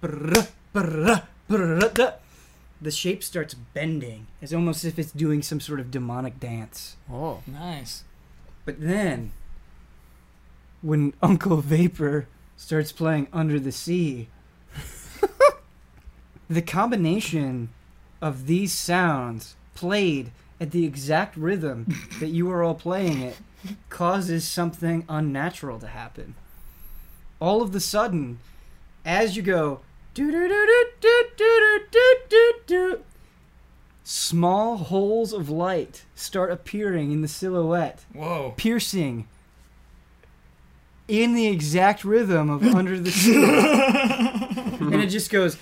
brr, brr, brr, duh, the shape starts bending as almost if it's doing some sort of demonic dance.
Oh.
Nice.
But then, when Uncle Vapor starts playing Under the Sea, the combination of these sounds played at the exact rhythm that you are all playing it causes something unnatural to happen. All of the sudden, as you go, "Doo-doo-doo-doo-doo-doo-doo-doo-doo-doo," small holes of light start appearing in the silhouette
Whoa.
piercing in the exact rhythm of Under the Sea. and it just goes.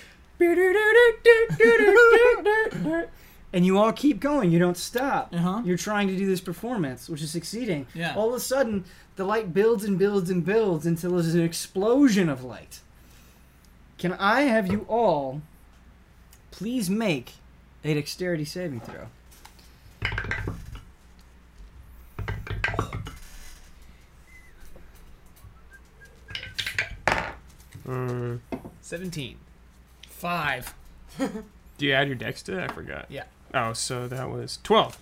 and you all keep going. You don't stop.
Uh-huh.
You're trying to do this performance, which is succeeding.
Yeah.
All of a sudden, the light builds and builds and builds until there's an explosion of light. Can I have you all please make a dexterity saving throw?
Seventeen.
Five.
Do you add your dex to it? I forgot.
Yeah.
Oh, so that was 12.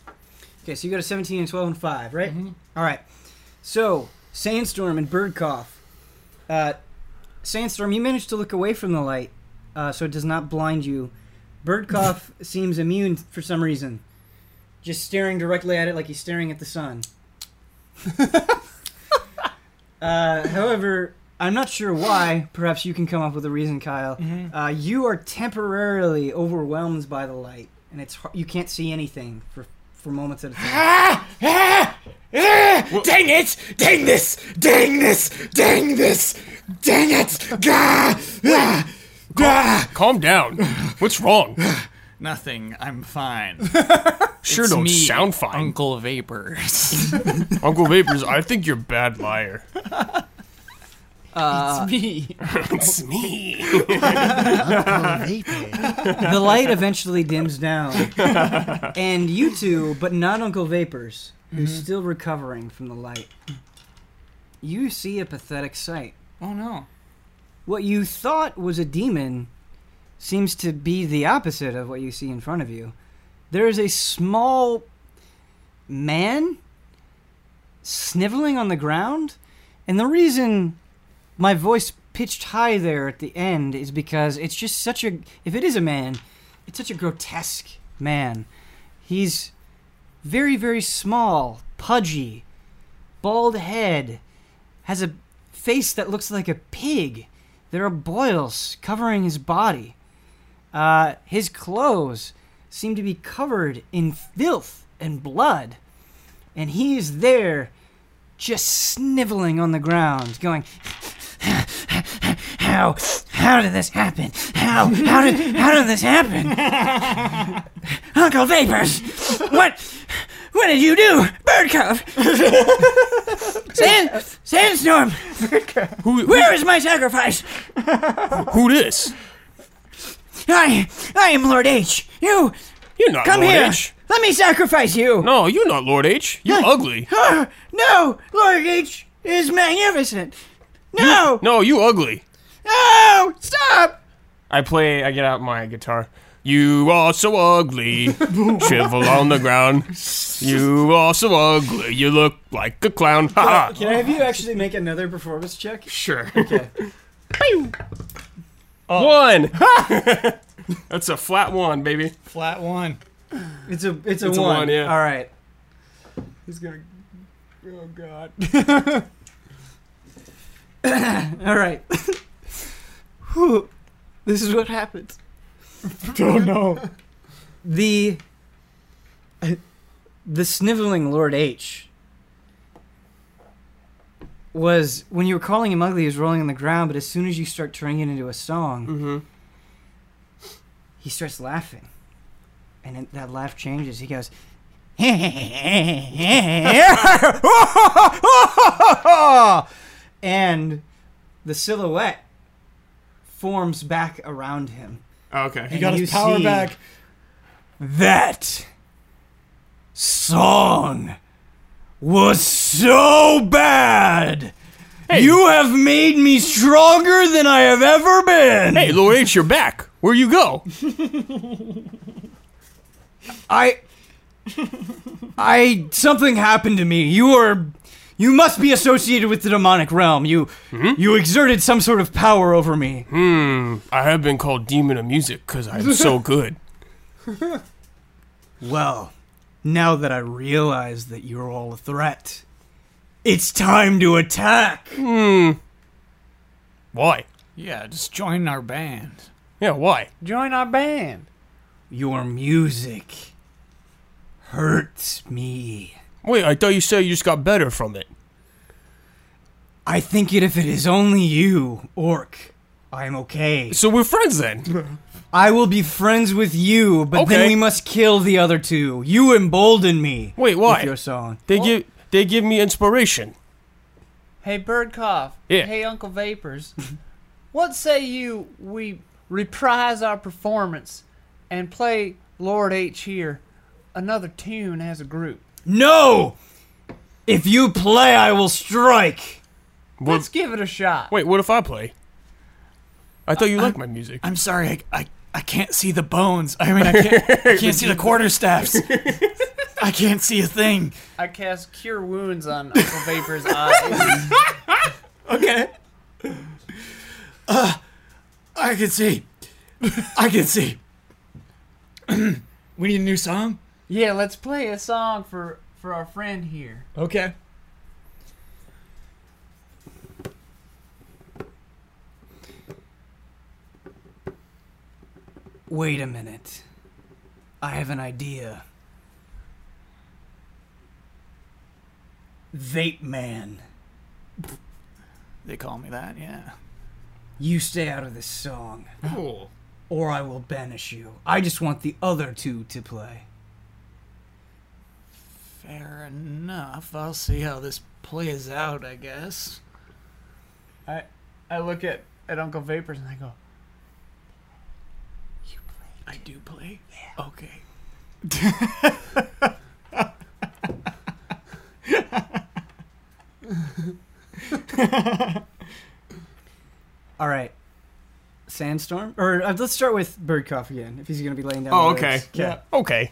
Okay, so you got a 17 and 12 and 5, right? All right. So, Sandstorm and Birdcough. Uh, Sandstorm, you managed to look away from the light, uh, so it does not blind you. Birdcough seems immune for some reason, just staring directly at it like he's staring at the sun. uh, however, I'm not sure why. Perhaps you can come up with a reason, Kyle. Uh, you are temporarily overwhelmed by the light, and it's har you can't see anything for for moments at a time.
Ah, Dang it! Dang this! Dang this! Dang this! Dang it! Gah! Ah! Gah!
Calm down. What's wrong?
Nothing. I'm fine.
Sure
It's
don't
me,
sound fine.
Uncle Vapor.
Uncle Vapors, I think you're a bad liar.
Uh,
it's me.
It's me.
the light eventually dims down, and you two, but not Uncle Vapors, who's
Mm-hmm.
still recovering from the light. You see a pathetic sight.
Oh no.
What you thought was a demon seems to be the opposite of what you see in front of you. There is a small man sniveling on the ground, and the reason my voice pitched high there at the end is because it's just such a if it is a man, it's such a grotesque man. He's very very small, pudgy, bald head, has a face that looks like a pig. There are boils covering his body. Uh, his clothes seem to be covered in filth and blood, and he is there just sniveling on the ground, going, How? How did this happen? How? How did, how did this happen? Uncle Vapors! What? What did you do? Birdcove! Sand, sandstorm!
Who, who,
Where is my sacrifice?
who this?
I, I am Lord H. You,
You're not
come
Lord
here.
H.
Let me sacrifice you.
No, you're not Lord H. You're ugly.
Ah, no, Lord H is magnificent. No,
No, you ugly.
no, stop.
I play. I get out my guitar. You are so ugly. Shivel on the ground. You are so ugly. You look like a clown. Ha ha.
Can I have you actually make another performance check?
Sure. Okay. One. Oh. That's a flat one, baby.
Flat one.
It's a, it's a
It's a
one.
one, yeah.
All right.
He's gonna. Oh god.
All right. Whew. this is what happens.
Don't know.
The the sniveling Lord H was when you were calling him ugly, he was rolling on the ground. But as soon as you start turning it into a song,
Mm-hmm.
Mm-hmm.
he starts laughing, and then that laugh changes. He goes. and the silhouette forms back around him.
Oh, Okay.
He got
And
his
you
power
see-
back.
That song was so bad. You have made me stronger than I have ever been.
Hey, Lord H, you're back. Where you go?
I I something happened to me. You are you must be associated with the demonic realm. You you exerted some sort of power over me.
I have been called Demon of Music because I'm so good.
Well, now that I realize that you're all a threat, it's time to attack.
Why?
Yeah, just join our band.
Yeah, why?
Join our band.
Your music hurts me.
Wait, I thought you said you just got better from it.
I think it if it is only you, Orc, I'm okay.
So we're friends then.
I will be friends with you, but
Okay.
then we must kill the other two. You embolden me.
Wait,
With your
why?
song.
They give they give me inspiration.
Hey, Birdcough.
Yeah.
Hey, Uncle Vapors. what say you we reprise our performance and play Lord H here, another tune as a group?
No! If you play, I will strike.
What-
Let's give it a shot.
Wait, what if I play? I thought you liked my music.
I'm sorry, I, I, I can't see the bones. I mean, I can't, I can't see the quarter staffs. I can't see a thing.
I cast Cure Wounds on Uncle Vapors' eyes.
Okay.
Uh, I can see. I can see.
We need a new song.
yeah, let's play a song for for our friend here.
Okay.
Wait a minute. I have an idea.
Vape Man.
They call me that. Yeah.
You stay out of this song, or I will banish you. I just want the other two to play.
Fair enough. I'll see how this plays out. I guess.
I I look at at Uncle Vapors and I go,
I do play. Yeah. Okay.
All right. Sandstorm? Or uh, let's start with Birdcough again, if he's going to be laying down.
Oh,
the
okay.
lyrics.
Yeah. Okay.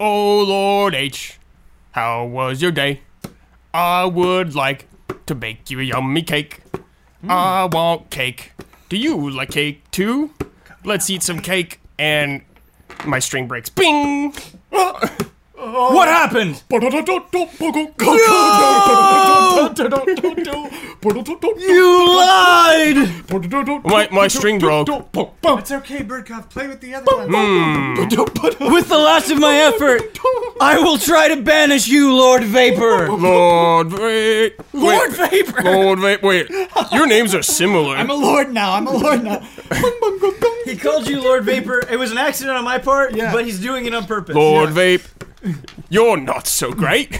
Oh, Lord H, how was your day? I would like to bake you a yummy cake.
Hmm.
I want cake. Do you like cake too? Let's eat some cake. And my string breaks. Bing!
Oh.
What happened?
You lied!
My, my string broke.
It's okay, Birdcough. Play with the other one.
With the last of my effort, I will try to banish you, Lord Vapor.
Lord wait,
Lord
wait,
Vapor.
Lord wait, wait. Your names are similar.
I'm a lord now. I'm a lord now.
He called you Lord Vapor. It was an accident on my part, but he's doing it on purpose.
Lord Vape. You're not so great.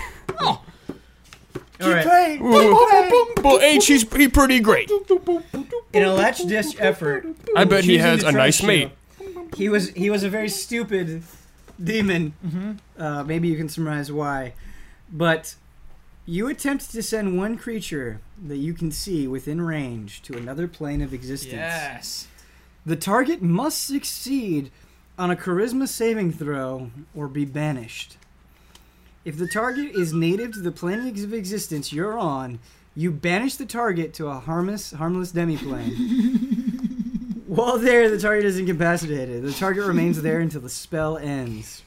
All right.
well, H, he's he pretty great.
In a latch dish effort,
I bet he
Choosing
has
to
a
try
nice
to
mate.
he was he was a very stupid demon. Uh, maybe you can surmise why, but you attempt to send one creature that you can see within range to another plane of existence.
Yes.
The target must succeed on a charisma saving throw or be banished. If the target is native to the plane of existence you're on, you banish the target to a harmless, harmless demiplane. While there, the target is incapacitated. The target remains there until the spell ends.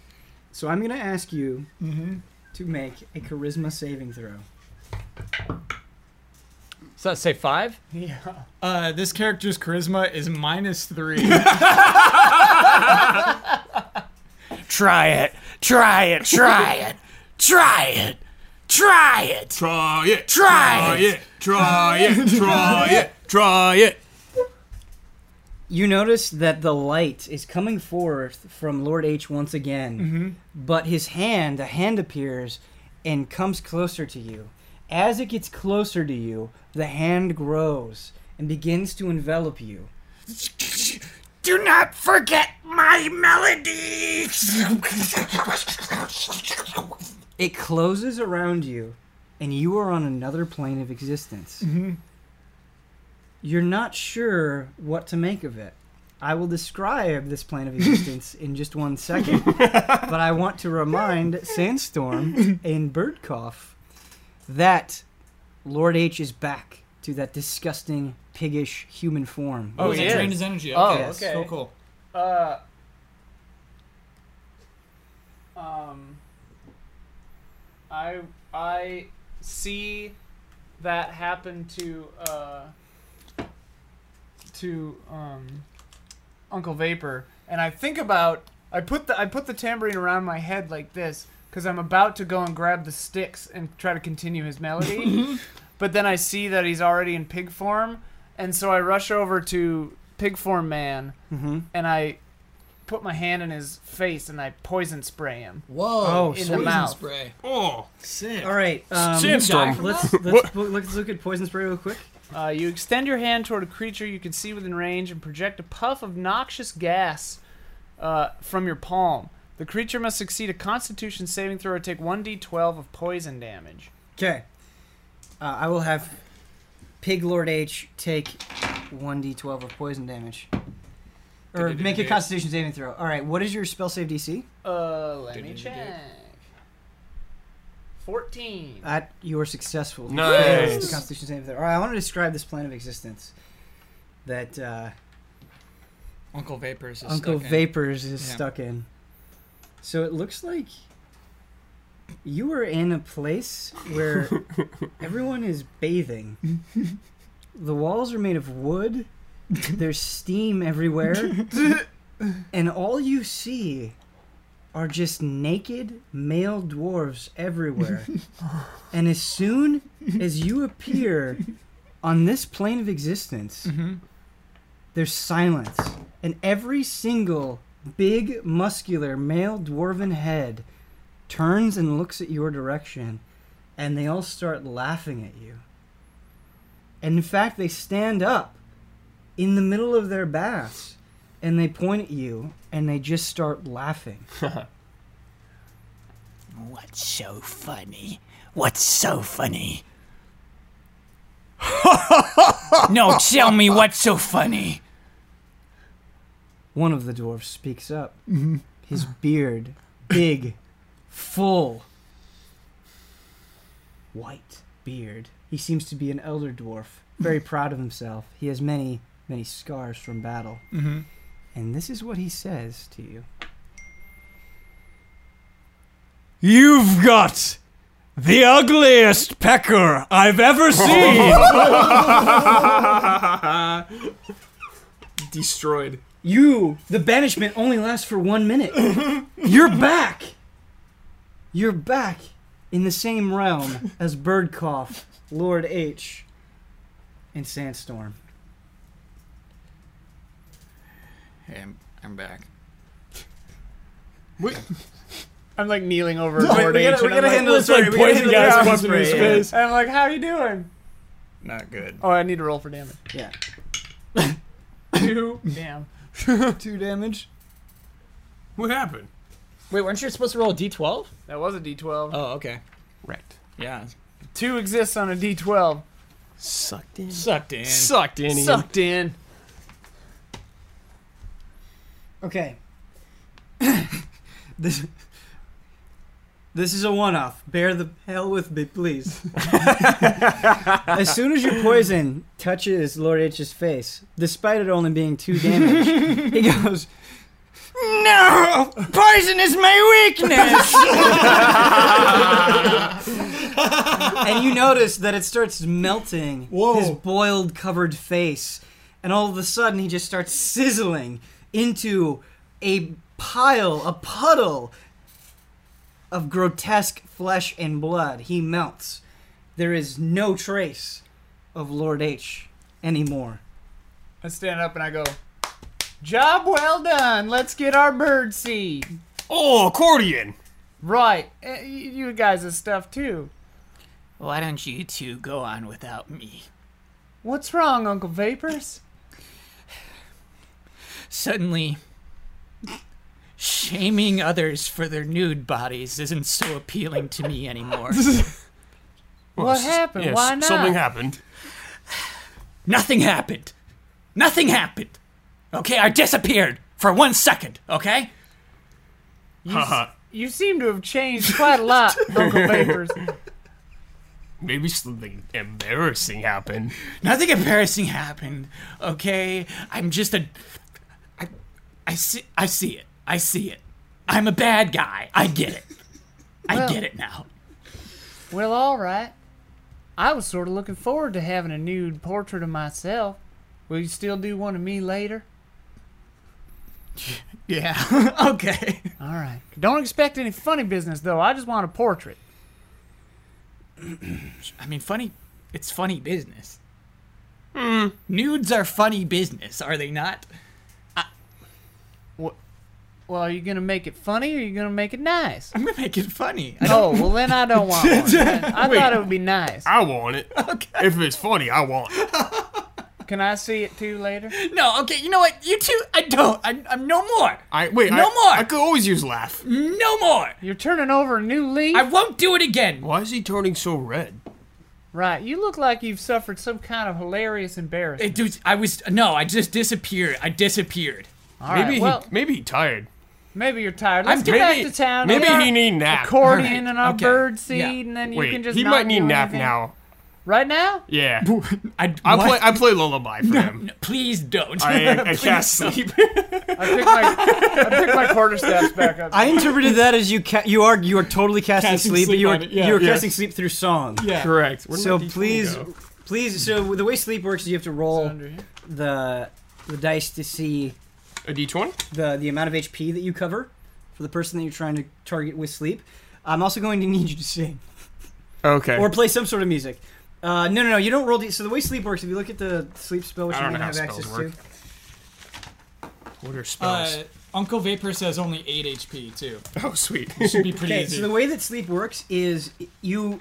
So I'm going to ask you to make a charisma saving throw.
Does that say five?
Uh, this character's charisma is minus three.
Try it. Try it. Try it. Try it. Try it.
Try it.
Try it.
Try it. Try it. Try it.
You notice that the light is coming forth from Lord H once again, but his hand, a hand appears and comes closer to you. As it gets closer to you, the hand grows and begins to envelop you.
Do not forget my melody.
It closes around you, and you are on another plane of existence.
Mm-hmm.
You're not sure what to make of it. I will describe this plane of existence in just one second, but I want to remind Sandstorm and Birdcough that Lord H is back to that disgusting, piggish human form.
oh,
yeah.
yeah. drained his energy.
Oh,
Okay.
Yes.
okay.
So cool.
Uh, um, I I see that happen to uh, to um, Uncle Vapor, and I think about I put the I put the tambourine around my head like this because I'm about to go and grab the sticks and try to continue his melody, but then I see that he's already in pig form, and so I rush over to pig form man
Mm-hmm.
and I put my hand in his face and I poison spray him.
Whoa.
Oh,
in the
poison
mouth.
spray.
Oh,
Sick.
All right. Um,
Sandstorm.
let's, let's,
What?
let's look at Poison Spray real quick.
Uh, you extend your hand toward a creature you can see within range and project a puff of noxious gas uh, from your palm. The creature must succeed a Constitution saving throw or take 1d12 of poison damage.
Okay. Uh, I will have Pig Lord H take 1d12 of poison damage. Or make a constitution saving throw. Alright, what is your spell save DC?
Uh, let me check. 14.
At you are successful.
Nice.
The constitution saving throw. Alright, I want to describe this plane of existence that uh,
Uncle Vapor is just
Uncle
stuck in.
Vapors is
Yeah.
stuck in. So it looks like you are in a place where everyone is bathing. The walls are made of wood. There's steam everywhere. and all you see are just naked male dwarves everywhere. and as soon as you appear on this plane of existence, there's silence, and every single big, muscular, male dwarven head turns and looks at your direction, and they all start laughing at you. And in fact, they stand up in the middle of their baths and they point at you and they just start laughing.
What's so funny? What's so funny? no, tell me what's so funny.
One of the dwarves speaks up. His beard, big, full, white beard. He seems to be an elder dwarf, very proud of himself. He has many, many scars from battle. And this is what he says to you
You've got the ugliest pecker I've ever seen.
Destroyed.
You, the banishment only lasts for one minute. You're back. You're back in the same realm as Birdcough, Lord H, and Sandstorm.
hey, I'm, I'm back.
I'm like kneeling over Lord H. and I'm like,
this like poison gas up in his face.
and I'm like, how you doing?
Not good.
Oh, I need to roll for damage.
Yeah.
Two. Damn.
Two damage.
What happened?
Wait, weren't you supposed to roll a d12?
That was a D12.
Oh, okay.
Wrecked.
Yeah.
Two exists on a D12.
Sucked in.
Sucked in.
Sucked in. Ian.
Sucked in.
Okay. this, this is a one off. Bear the hell with me, please. as soon as your poison touches Lord H's face, despite it only being two damage, he goes, No! Poison is my weakness! and you notice that it starts melting his boiled, covered face. And all of a sudden, he just starts sizzling into a pile, a puddle of grotesque flesh and blood. He melts. There is no trace of Lord H anymore.
I stand up and I go, Job well done. Let's get our bird seed.
Oh, accordion.
Right. Eh, y- You guys' have stuff too.
Why don't you two go on without me?
What's wrong, Uncle Vapors?
Suddenly, shaming others for their nude bodies isn't so appealing to me anymore.
What happened?
Yes,
Why not?
Something happened.
Nothing happened. Nothing happened. Okay, I disappeared for one second, okay?
Haha.
You seem to have changed quite a lot, Uncle Vapors.
Maybe something embarrassing happened.
Nothing embarrassing happened, okay? I'm just a. I, I, see, I see it. I see it. I'm a bad guy. I get it. I
Well-
get it now.
Well, all right. I was sort of looking forward to having a nude portrait of myself. Will you still do one of me later?
Yeah, okay.
All right. Don't expect any funny business, though. I just want a portrait.
I mean, funny. It's funny business. Nudes are funny business, are they not?
Well, are you going to make it funny or are you going to make it nice?
I'm gonna make it funny. I
Oh, well, then I don't want one. I thought it would be nice.
I want it. If it's funny, I want it.
Can I see it too later?
don't- no, okay. You know what? You two, I don't. I, I'm no more.
I wait.
No
I,
more.
I could always use laugh.
No more.
You're turning over a new leaf.
I won't do it again.
Why is he turning so red?
Right. You look like you've suffered some kind of hilarious embarrassment.
It was, I was no. I just disappeared. I disappeared.
All right.
Maybe he.
well,
maybe he tired.
maybe you're tired. Let's
I'm-
get
Maybe
back to town.
Maybe
Get our
he need nap.
accordion
Alright,
and our
okay.
bird seed,
Yeah.
and then you
Wait,
can just.
he
not
might need
do
nap
anything.
now.
Right now?
Yeah,
I,
I
what?
play. I play lullaby for him.
No, please don't.
I, I cast sleep.
I pick my, I pick my quarter steps back up.
I interpreted that as you ca- you are you are totally casting,
Casting
sleep, but
sleep
you are
on it, yeah.
you are
Yeah.
casting sleep through song.
Yeah.
Correct. Where'd
So
my D20
please,
go?
please. So the way sleep works is you have to roll
under here.
the the dice to see
a D twenty.
the the amount of HP that you cover for the person that you're trying to target with sleep. I'm also going to need you to sing
Okay.
or play some sort of music. Uh, no, no, no. You don't roll. D- so the way sleep works, if you look at the sleep spell, which
I
you don't
don't know how
have
spells
access
work.
to,
What are spells?
Uh, Uncle Vapor says only 8 HP, too.
oh, sweet.
Should be pretty
Okay,
easy.
so the way that sleep works is you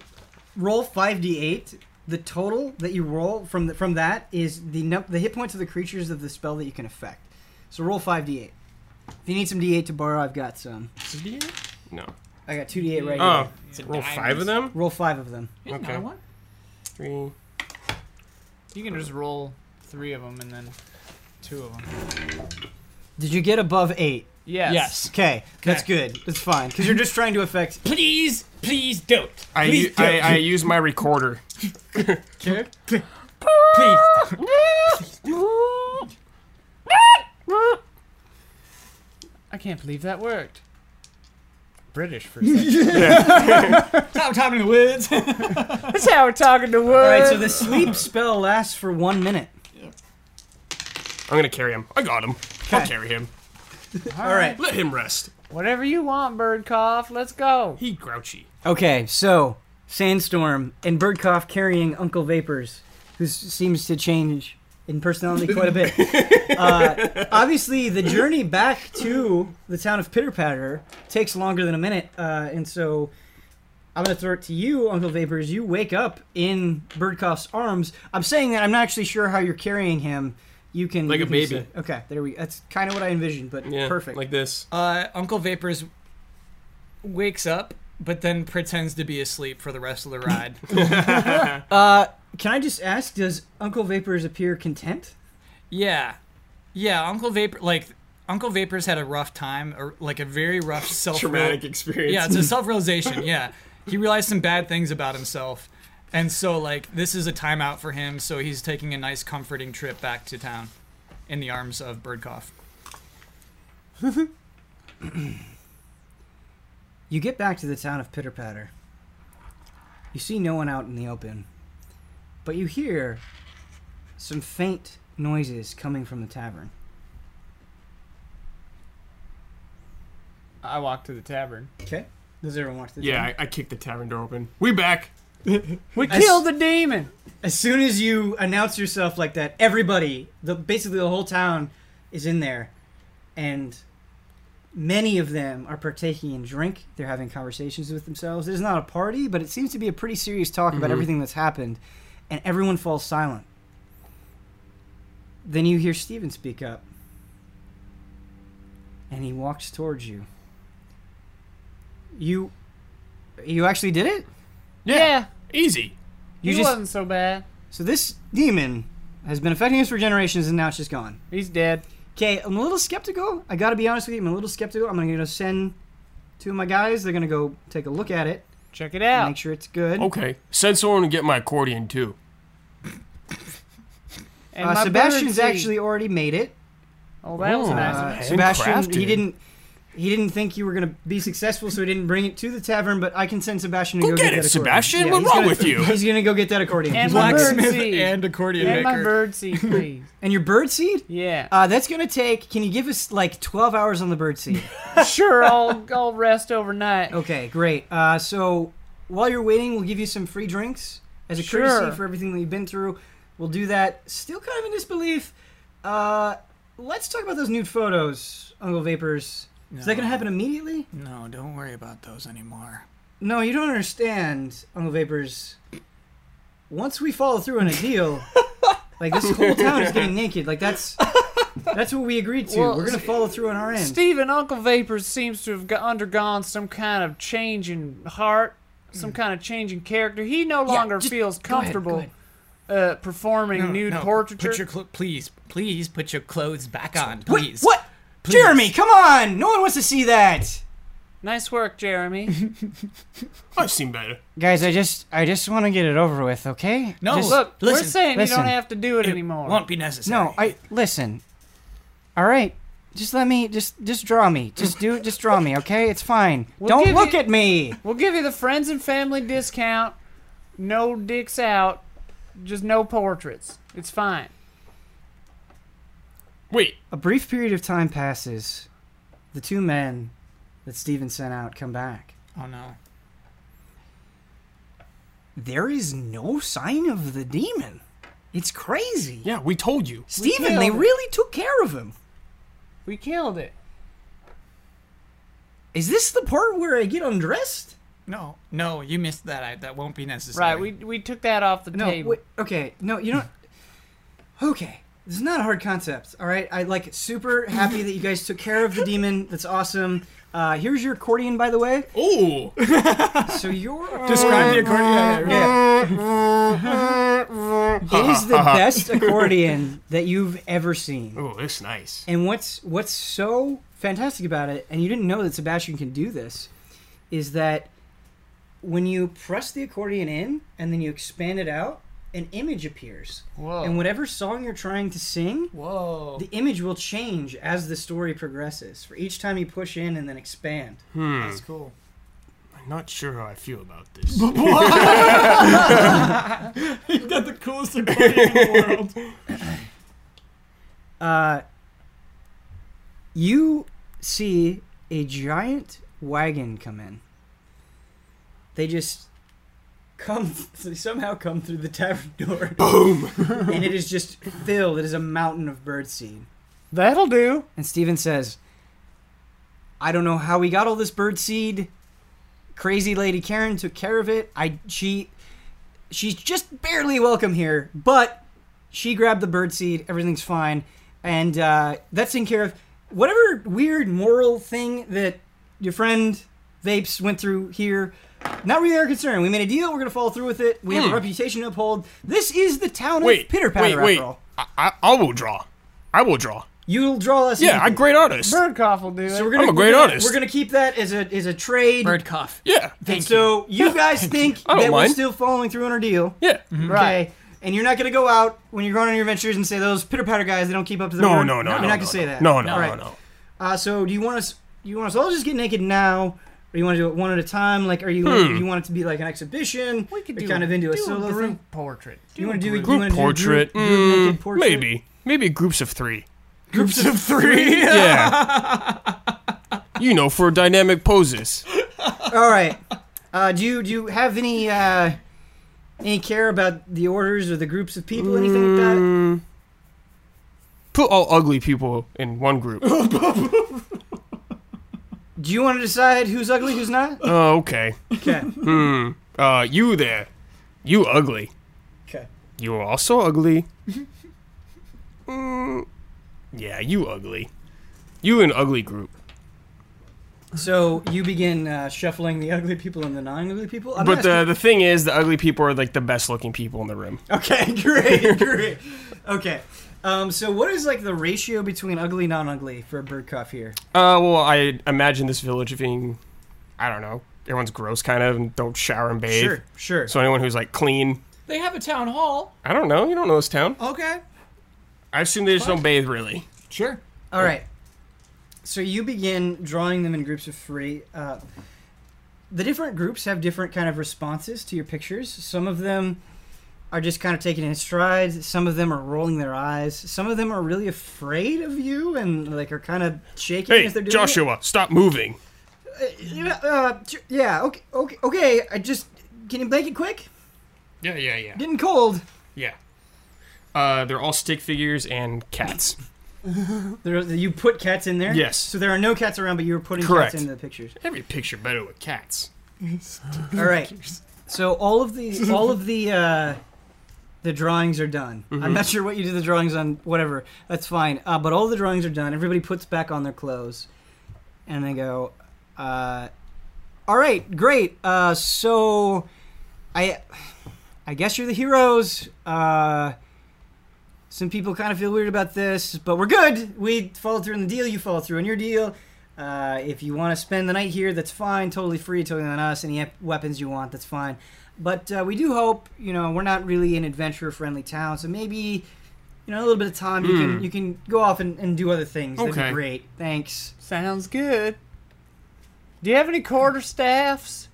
roll 5d8. The total that you roll from the, from that is the num- the hit points of the creatures of the spell that you can affect. So roll 5d8. If you need some d8 to borrow, I've got some.
no.
I got 2d8 right
Oh,
here.
It's a
roll
diamond.
five of them.
Roll 5 of them.
Isn't that
Okay.
one?
Three.
You can just roll three of them and then two of them.
Did you get above 8?
Yes.
Yes.
Okay, that's good. That's fine cuz you're just trying to affect
Please, please don't.
I, u- I, I use my recorder.
Please.
I can't believe that worked.
British for a second.
Top time in the woods.
That's how we're talking to Wood.
All right, so the sleep spell lasts for one minute.
I'm gonna carry him. I got him. I'll carry him.
All right.
Let him rest.
Whatever you want, Birdcough. Let's go.
He grouchy.
Okay, so Sandstorm and Birdcough carrying Uncle Vapors, who s- seems to change in personality quite a bit. Uh, obviously, the journey back to the town of Pitter Patter takes longer than a minute, uh, and so I'm going to throw it to you, Uncle Vapors. You wake up in Birdcough's arms. I'm saying that I'm not actually sure how you're carrying him. You can
Like a
you can
baby.
say- Okay, there we. That's kind of what I envisioned, but
Yeah.
perfect.
Like this.
Uh, Uncle Vapors wakes up, but then pretends to be asleep for the rest of the ride.
Uh, can I just ask? Does Uncle Vapors appear content?
yeah, yeah. Uncle Vapor, like Uncle Vapors, had a rough time, or like a very rough self
Traumatic experience.
Yeah, it's a self realization. Yeah, he realized some bad things about himself, and so like this is a timeout for him. So he's taking a nice comforting trip back to town, in the arms of Birdcough.
You get back to the town of Pitter Patter. You see no one out in the open, but you hear some faint noises coming from the tavern.
I walk to the tavern.
Okay. Does everyone watch the
Yeah, I, I kicked the tavern door open. We back.
We
I s-
killed the demon.
As soon as you announce yourself like that, everybody, the basically the whole town, is in there, and many of them are partaking in drink. They're having conversations with themselves. It is not a party, but it seems to be a pretty serious talk about everything that's happened, and everyone falls silent. Then you hear Steven speak up, and he walks towards you. You, you actually did it.
Yeah.
Easy.
You
he
just
wasn't so bad.
so this demon has been affecting us for generations, and now it's just gone.
He's dead.
Okay, I'm a little skeptical. I gotta be honest with you. I'm a little skeptical. I'm gonna send two of my guys. They're gonna go take a look at it,
Check it
and
out.
make sure it's good.
Oh. Okay. Send someone to get my accordion too.
And
uh,
my
Sebastian's
birdseed.
actually already made it.
Oh, that was
Oh.
nice.
Uh,
Handcrafted.
Sebastian, he didn't. He didn't think you were gonna be successful, so he didn't bring it to the tavern. But I can send Sebastian to
Go
go,
get
that
it,
accordion.
Sebastian. What's
he's
wrong
gonna-
with you?
He's gonna go get that accordion.
And
He's
my
like-
bird
Blacksmith
seed.
and accordion
and my
maker.
bird seed, please.
and your bird seed?
Yeah.
Uh, that's gonna take. Can you give us like 12 hours on the bird seed?
sure, I'll, I'll rest overnight.
Okay, great. Uh, so while you're waiting, we'll give you some free drinks as a
Sure.
courtesy for everything that you've been through. We'll do that. Still kind of in disbelief. Uh, let's talk about those nude photos, Uncle Vapors. Is that going to happen immediately?
No, don't worry about those anymore.
No, you don't understand, Uncle Vapors. Once we follow through on a deal, like this whole town is getting naked. Like that's that's what we agreed to.
Well,
We're going to follow through on our end.
Stephen, Uncle Vapors seems to have go- undergone some kind of change in heart, some
Hmm.
kind of change in character. He no longer feels comfortable Uh, performing nude portraiture.
Put your clo- please, please put your clothes back on,
What-
please.
What?
Please.
Jeremy, come on! No one wants to see that.
nice work, Jeremy.
I've seen better.
Guys, I just I just want to get it over with, okay?
No,
Just-
Look, we're
listen,
saying you
listen.
don't have to do it, anymore.
won't be necessary.
no, I listen. All right, just let me just just draw me. Just do just draw me, okay? It's fine.
We'll
Don't
give
look
you-
at me.
We'll give you the friends and family discount. No dicks out. Just no portraits. It's fine.
Wait.
A brief period of time passes. The two men that Steven sent out come back.
Oh no.
There is no sign of the demon. It's crazy.
Yeah, we told you.
Steven, they
killed it.
really took care of him.
We killed it.
Is this the part where I get undressed?
No, no, you missed that. I, that won't be necessary.
Right. We we took that off the
No,
table.
wait, okay, no, you know, okay. This is not a hard concept, all right. I like super happy that you guys took care of the demon. That's awesome. Uh, here's your accordion, by the way.
Oh.
So your
Describe the accordion.
it is the
Uh-huh.
best accordion that you've ever seen.
Oh, that's nice.
And what's what's so fantastic about it, and you didn't know that Sebastian can do this, is that when you press the accordion in and then you expand it out, an image appears.
Oh.
Whoa.
And whatever song you're trying to sing,
Whoa.
the image will change as the story progresses for each time you push in and then expand.
That's cool.
Hmm, Not sure how I feel about this.
You've got the coolest ability in the world.
Uh, you see a giant wagon come in. They just come, they somehow come through the tavern door. Boom! and it is just filled. It is a mountain of birdseed.
That'll do.
And Steven says, I don't know how we got all this bird seed. Crazy lady Karen took care of it. I she she's just barely welcome here, but she grabbed the bird seed, everything's fine, and uh, that's taken care of. Whatever weird moral thing that your friend Vapes went through here, not really our concern. We made a deal, we're gonna follow through with it. We have a reputation to uphold. This is the town
Hmm. wait,
of Pitter
wait,
Patter
wait.
after all.
I, I, I will draw. I will draw.
You'll draw us
Yeah,
in.
I'm a great artist.
Birdcough will do it.
So we're gonna,
I'm a great
we're gonna,
artist.
We're gonna keep that as a as a trade.
Bird cough.
Yeah,
and so you guys think
I don't
that we're
mind.
still following through on our deal,
yeah.
okay? And you're not gonna go out when you're going on your adventures and say those pitter patter guys they don't keep up to the
No,
word.
no, no, no.
You're
no,
not
no,
gonna say that.
No, no,
All
no,
right.
no.
Uh, so do you want us? You want us all to just get naked now? Or you want to do it one at a time? Like, are you
Hmm.
you want it to be like an exhibition?
we could
You're
do
kind
a,
of into a
do
solo
group
thing.
portrait.
You want to do a
Group portrait.
Do group
Mm,
naked portrait?
Maybe, maybe groups of three.
Groups of three.
Yeah. you know, for dynamic poses.
All right. Uh, do you do you have any uh, any care about the orders or the groups of people, anything like that?
Mm, put all ugly people in one group.
Do you want to decide who's ugly, who's not?
Oh, okay.
Okay.
Hmm. Uh, you there. You ugly.
Okay.
You are also ugly. mm, yeah, you ugly. You an ugly group.
So you begin uh, shuffling the ugly people and the non-ugly people. I'm
But
not-
the the thing is, the ugly people are like the best looking people in the room.
okay, great, great. Okay. Um, so what is like the ratio between ugly non-ugly for a bird cuff here?
Uh, well, I imagine this village being, I don't know, everyone's gross kind of and don't shower and bathe.
Sure, sure.
So anyone who's like clean,
They have a town hall.
I don't know. You don't know this town.
Okay.
I assume they just don't bathe really.
Sure.
All right. So you begin drawing them in groups of three. Uh, the different groups have different kind of responses to your pictures. Some of them are just kind of taking it in strides. Some of them are rolling their eyes. Some of them are really afraid of you and like are kind of shaking
Hey,
as they're doing
Joshua, stop moving.
it. Yeah, uh, j- yeah. Okay. Okay. Okay. I just can you make it quick?
Yeah, yeah, yeah,
Getting cold.
yeah. Uh, they're all stick figures and cats.
There, you put cats in there.
Yes.
So there are no cats around, but you were putting
Correct.
cats into the pictures.
Every picture better with cats.
All right. So all of the all of the uh, the drawings are done. I'm not sure what you did the drawings on. Whatever, that's fine. Uh, but all the drawings are done. Everybody puts back on their clothes, and they go, uh, "All right, great. Uh, so, I, I guess you're the heroes. Uh, some people kind of feel weird about this, but we're good. We followed through on the deal. You followed through on your deal. Uh, if you want to spend the night here, that's fine. Totally free. Totally on us. Any ep- weapons you want, that's fine. But uh, we do hope, you know, we're not really an adventure-friendly town, so maybe, you know, a little bit of time you can you can go off and, and do other things. That'd
Okay.
be great. Thanks.
Sounds good. Do you have any quarter staffs?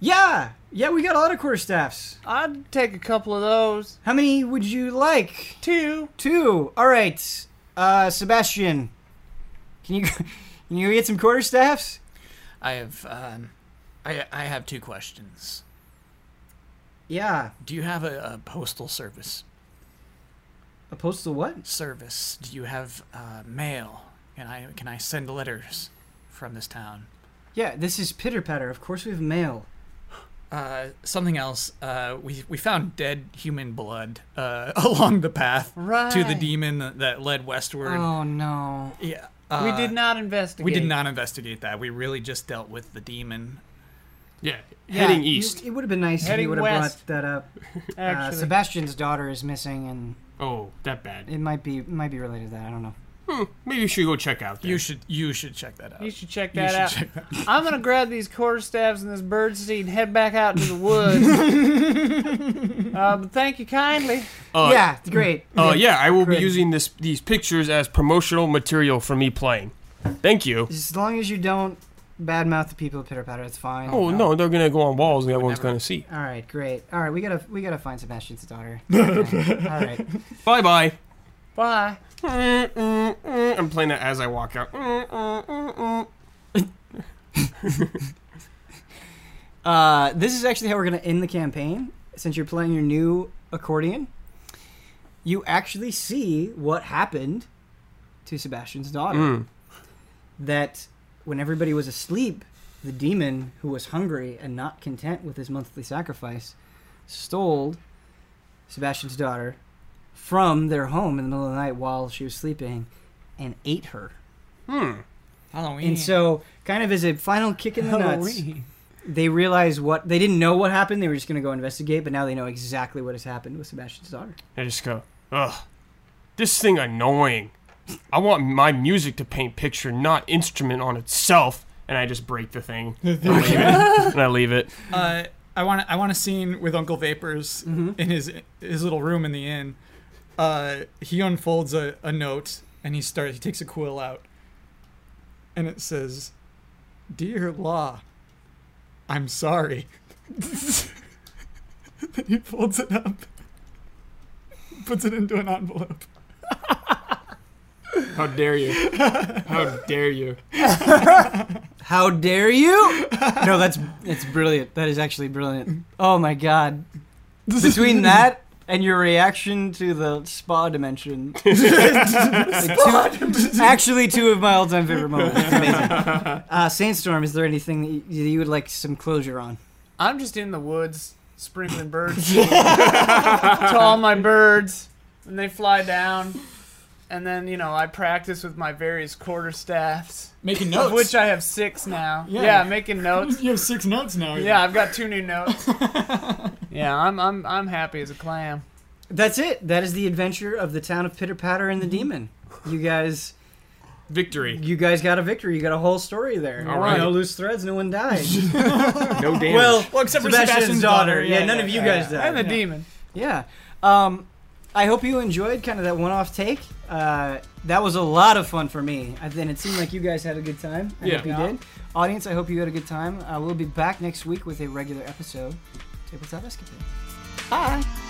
Yeah, yeah, we got a lot of quarter staffs.
I'd take a couple of those.
How many would you like?
Two.
Two. All right, uh, Sebastian, can you can you get some quarter staffs?
I have, um, I, I have two questions.
Yeah,
Do you have a, a postal service?
a postal what?
Service? Do you have uh, mail? Can I can I send letters from this town?
Yeah, this is pitter patter. Of course, we have mail.
Uh, something else. Uh, we we found dead human blood uh, along the path to the
Right.
demon that led westward.
Oh no.
Yeah,
we
uh,
did not investigate.
We did not investigate that. We really just dealt with the demon.
Yeah, heading east.
it would have been nice if
Heading
you would have
west.
brought that up. Uh,
Actually,
Sebastian's daughter is missing, and
oh, that bad.
it might be might be related to that. I don't know.
Maybe you should go check out. Then.
You should you should check that out.
you should check
You
that
should
out.
check that.
I'm gonna grab these quarter staffs and this bird seed and head back out into the woods. uh, but thank you kindly.
Uh,
yeah, it's great.
Uh, yeah, I will
Great.
be using this these pictures as promotional material for me playing. Thank you.
As long as you don't badmouth the people at Pitter Patter. It's fine.
Oh no, they're gonna go on walls. and Everyone's gonna see.
All right, great. All right, we gotta we gotta find Sebastian's daughter. Okay. All right.
Bye bye.
Bye.
Mm, I'm playing that as I walk out. Mm,
Uh, this is actually how we're going to end the campaign. Since you're playing your new accordion, you actually see what happened to Sebastian's daughter. That when everybody was asleep, the demon, who was hungry and not content with his monthly sacrifice, stole Sebastian's daughter from their home in the middle of the night while she was sleeping and ate her.
Halloween.
And so, kind of as a final kick in the nuts, they realize what they didn't know what happened. They were just going to go investigate, but now they know exactly what has happened with Sebastian's daughter.
I just go, ugh, this thing annoying. I want my music to paint picture, not instrument on itself. And I just break the thing. I leave it. and I leave it.
Uh, I want I want a scene with Uncle Vapors in his his little room in the inn. Uh, he unfolds a, a note and he starts. He takes a quill out, and it says, "Dear Law, I'm sorry." then he folds it up, puts it into an envelope.
How dare you? How dare you?
How dare you? no, that's it's brilliant. That is actually brilliant. Oh my god! Between that and your reaction to the spa dimension, the two- actually two of my all-time favorite moments. It's amazing. Uh, Sandstorm, is there anything that you, that you would like some closure on?
I'm just in the woods sprinkling birds to all my birds, and they fly down. And then you know I practice with my various quarter staffs,
Making
of
notes.
which I have six now. Yeah, making notes.
you have six notes now.
Yeah, I've got two new notes. yeah, I'm I'm I'm happy as a clam.
That's it. That is the adventure of the town of Pitter Patter and the
Mm-hmm.
demon. You guys,
Victory.
you guys got a victory. You got a whole story there.
All right.
No loose threads. No one died.
No damage.
well,
Well, except for
Sebastian's,
Sebastian's
daughter.
daughter.
Yeah,
Yeah,
none
yeah,
of you
yeah,
guys died.
And the demon.
Yeah. Um, I hope you enjoyed kind of that one-off take. Uh, that was a lot of fun for me, I- and it seemed like you guys had a good time. I
Yeah.
hope you
Yeah.
did. Audience, I hope you had a good time. Uh, we'll be back next week with a regular episode. Tabletop Escapade. Bye.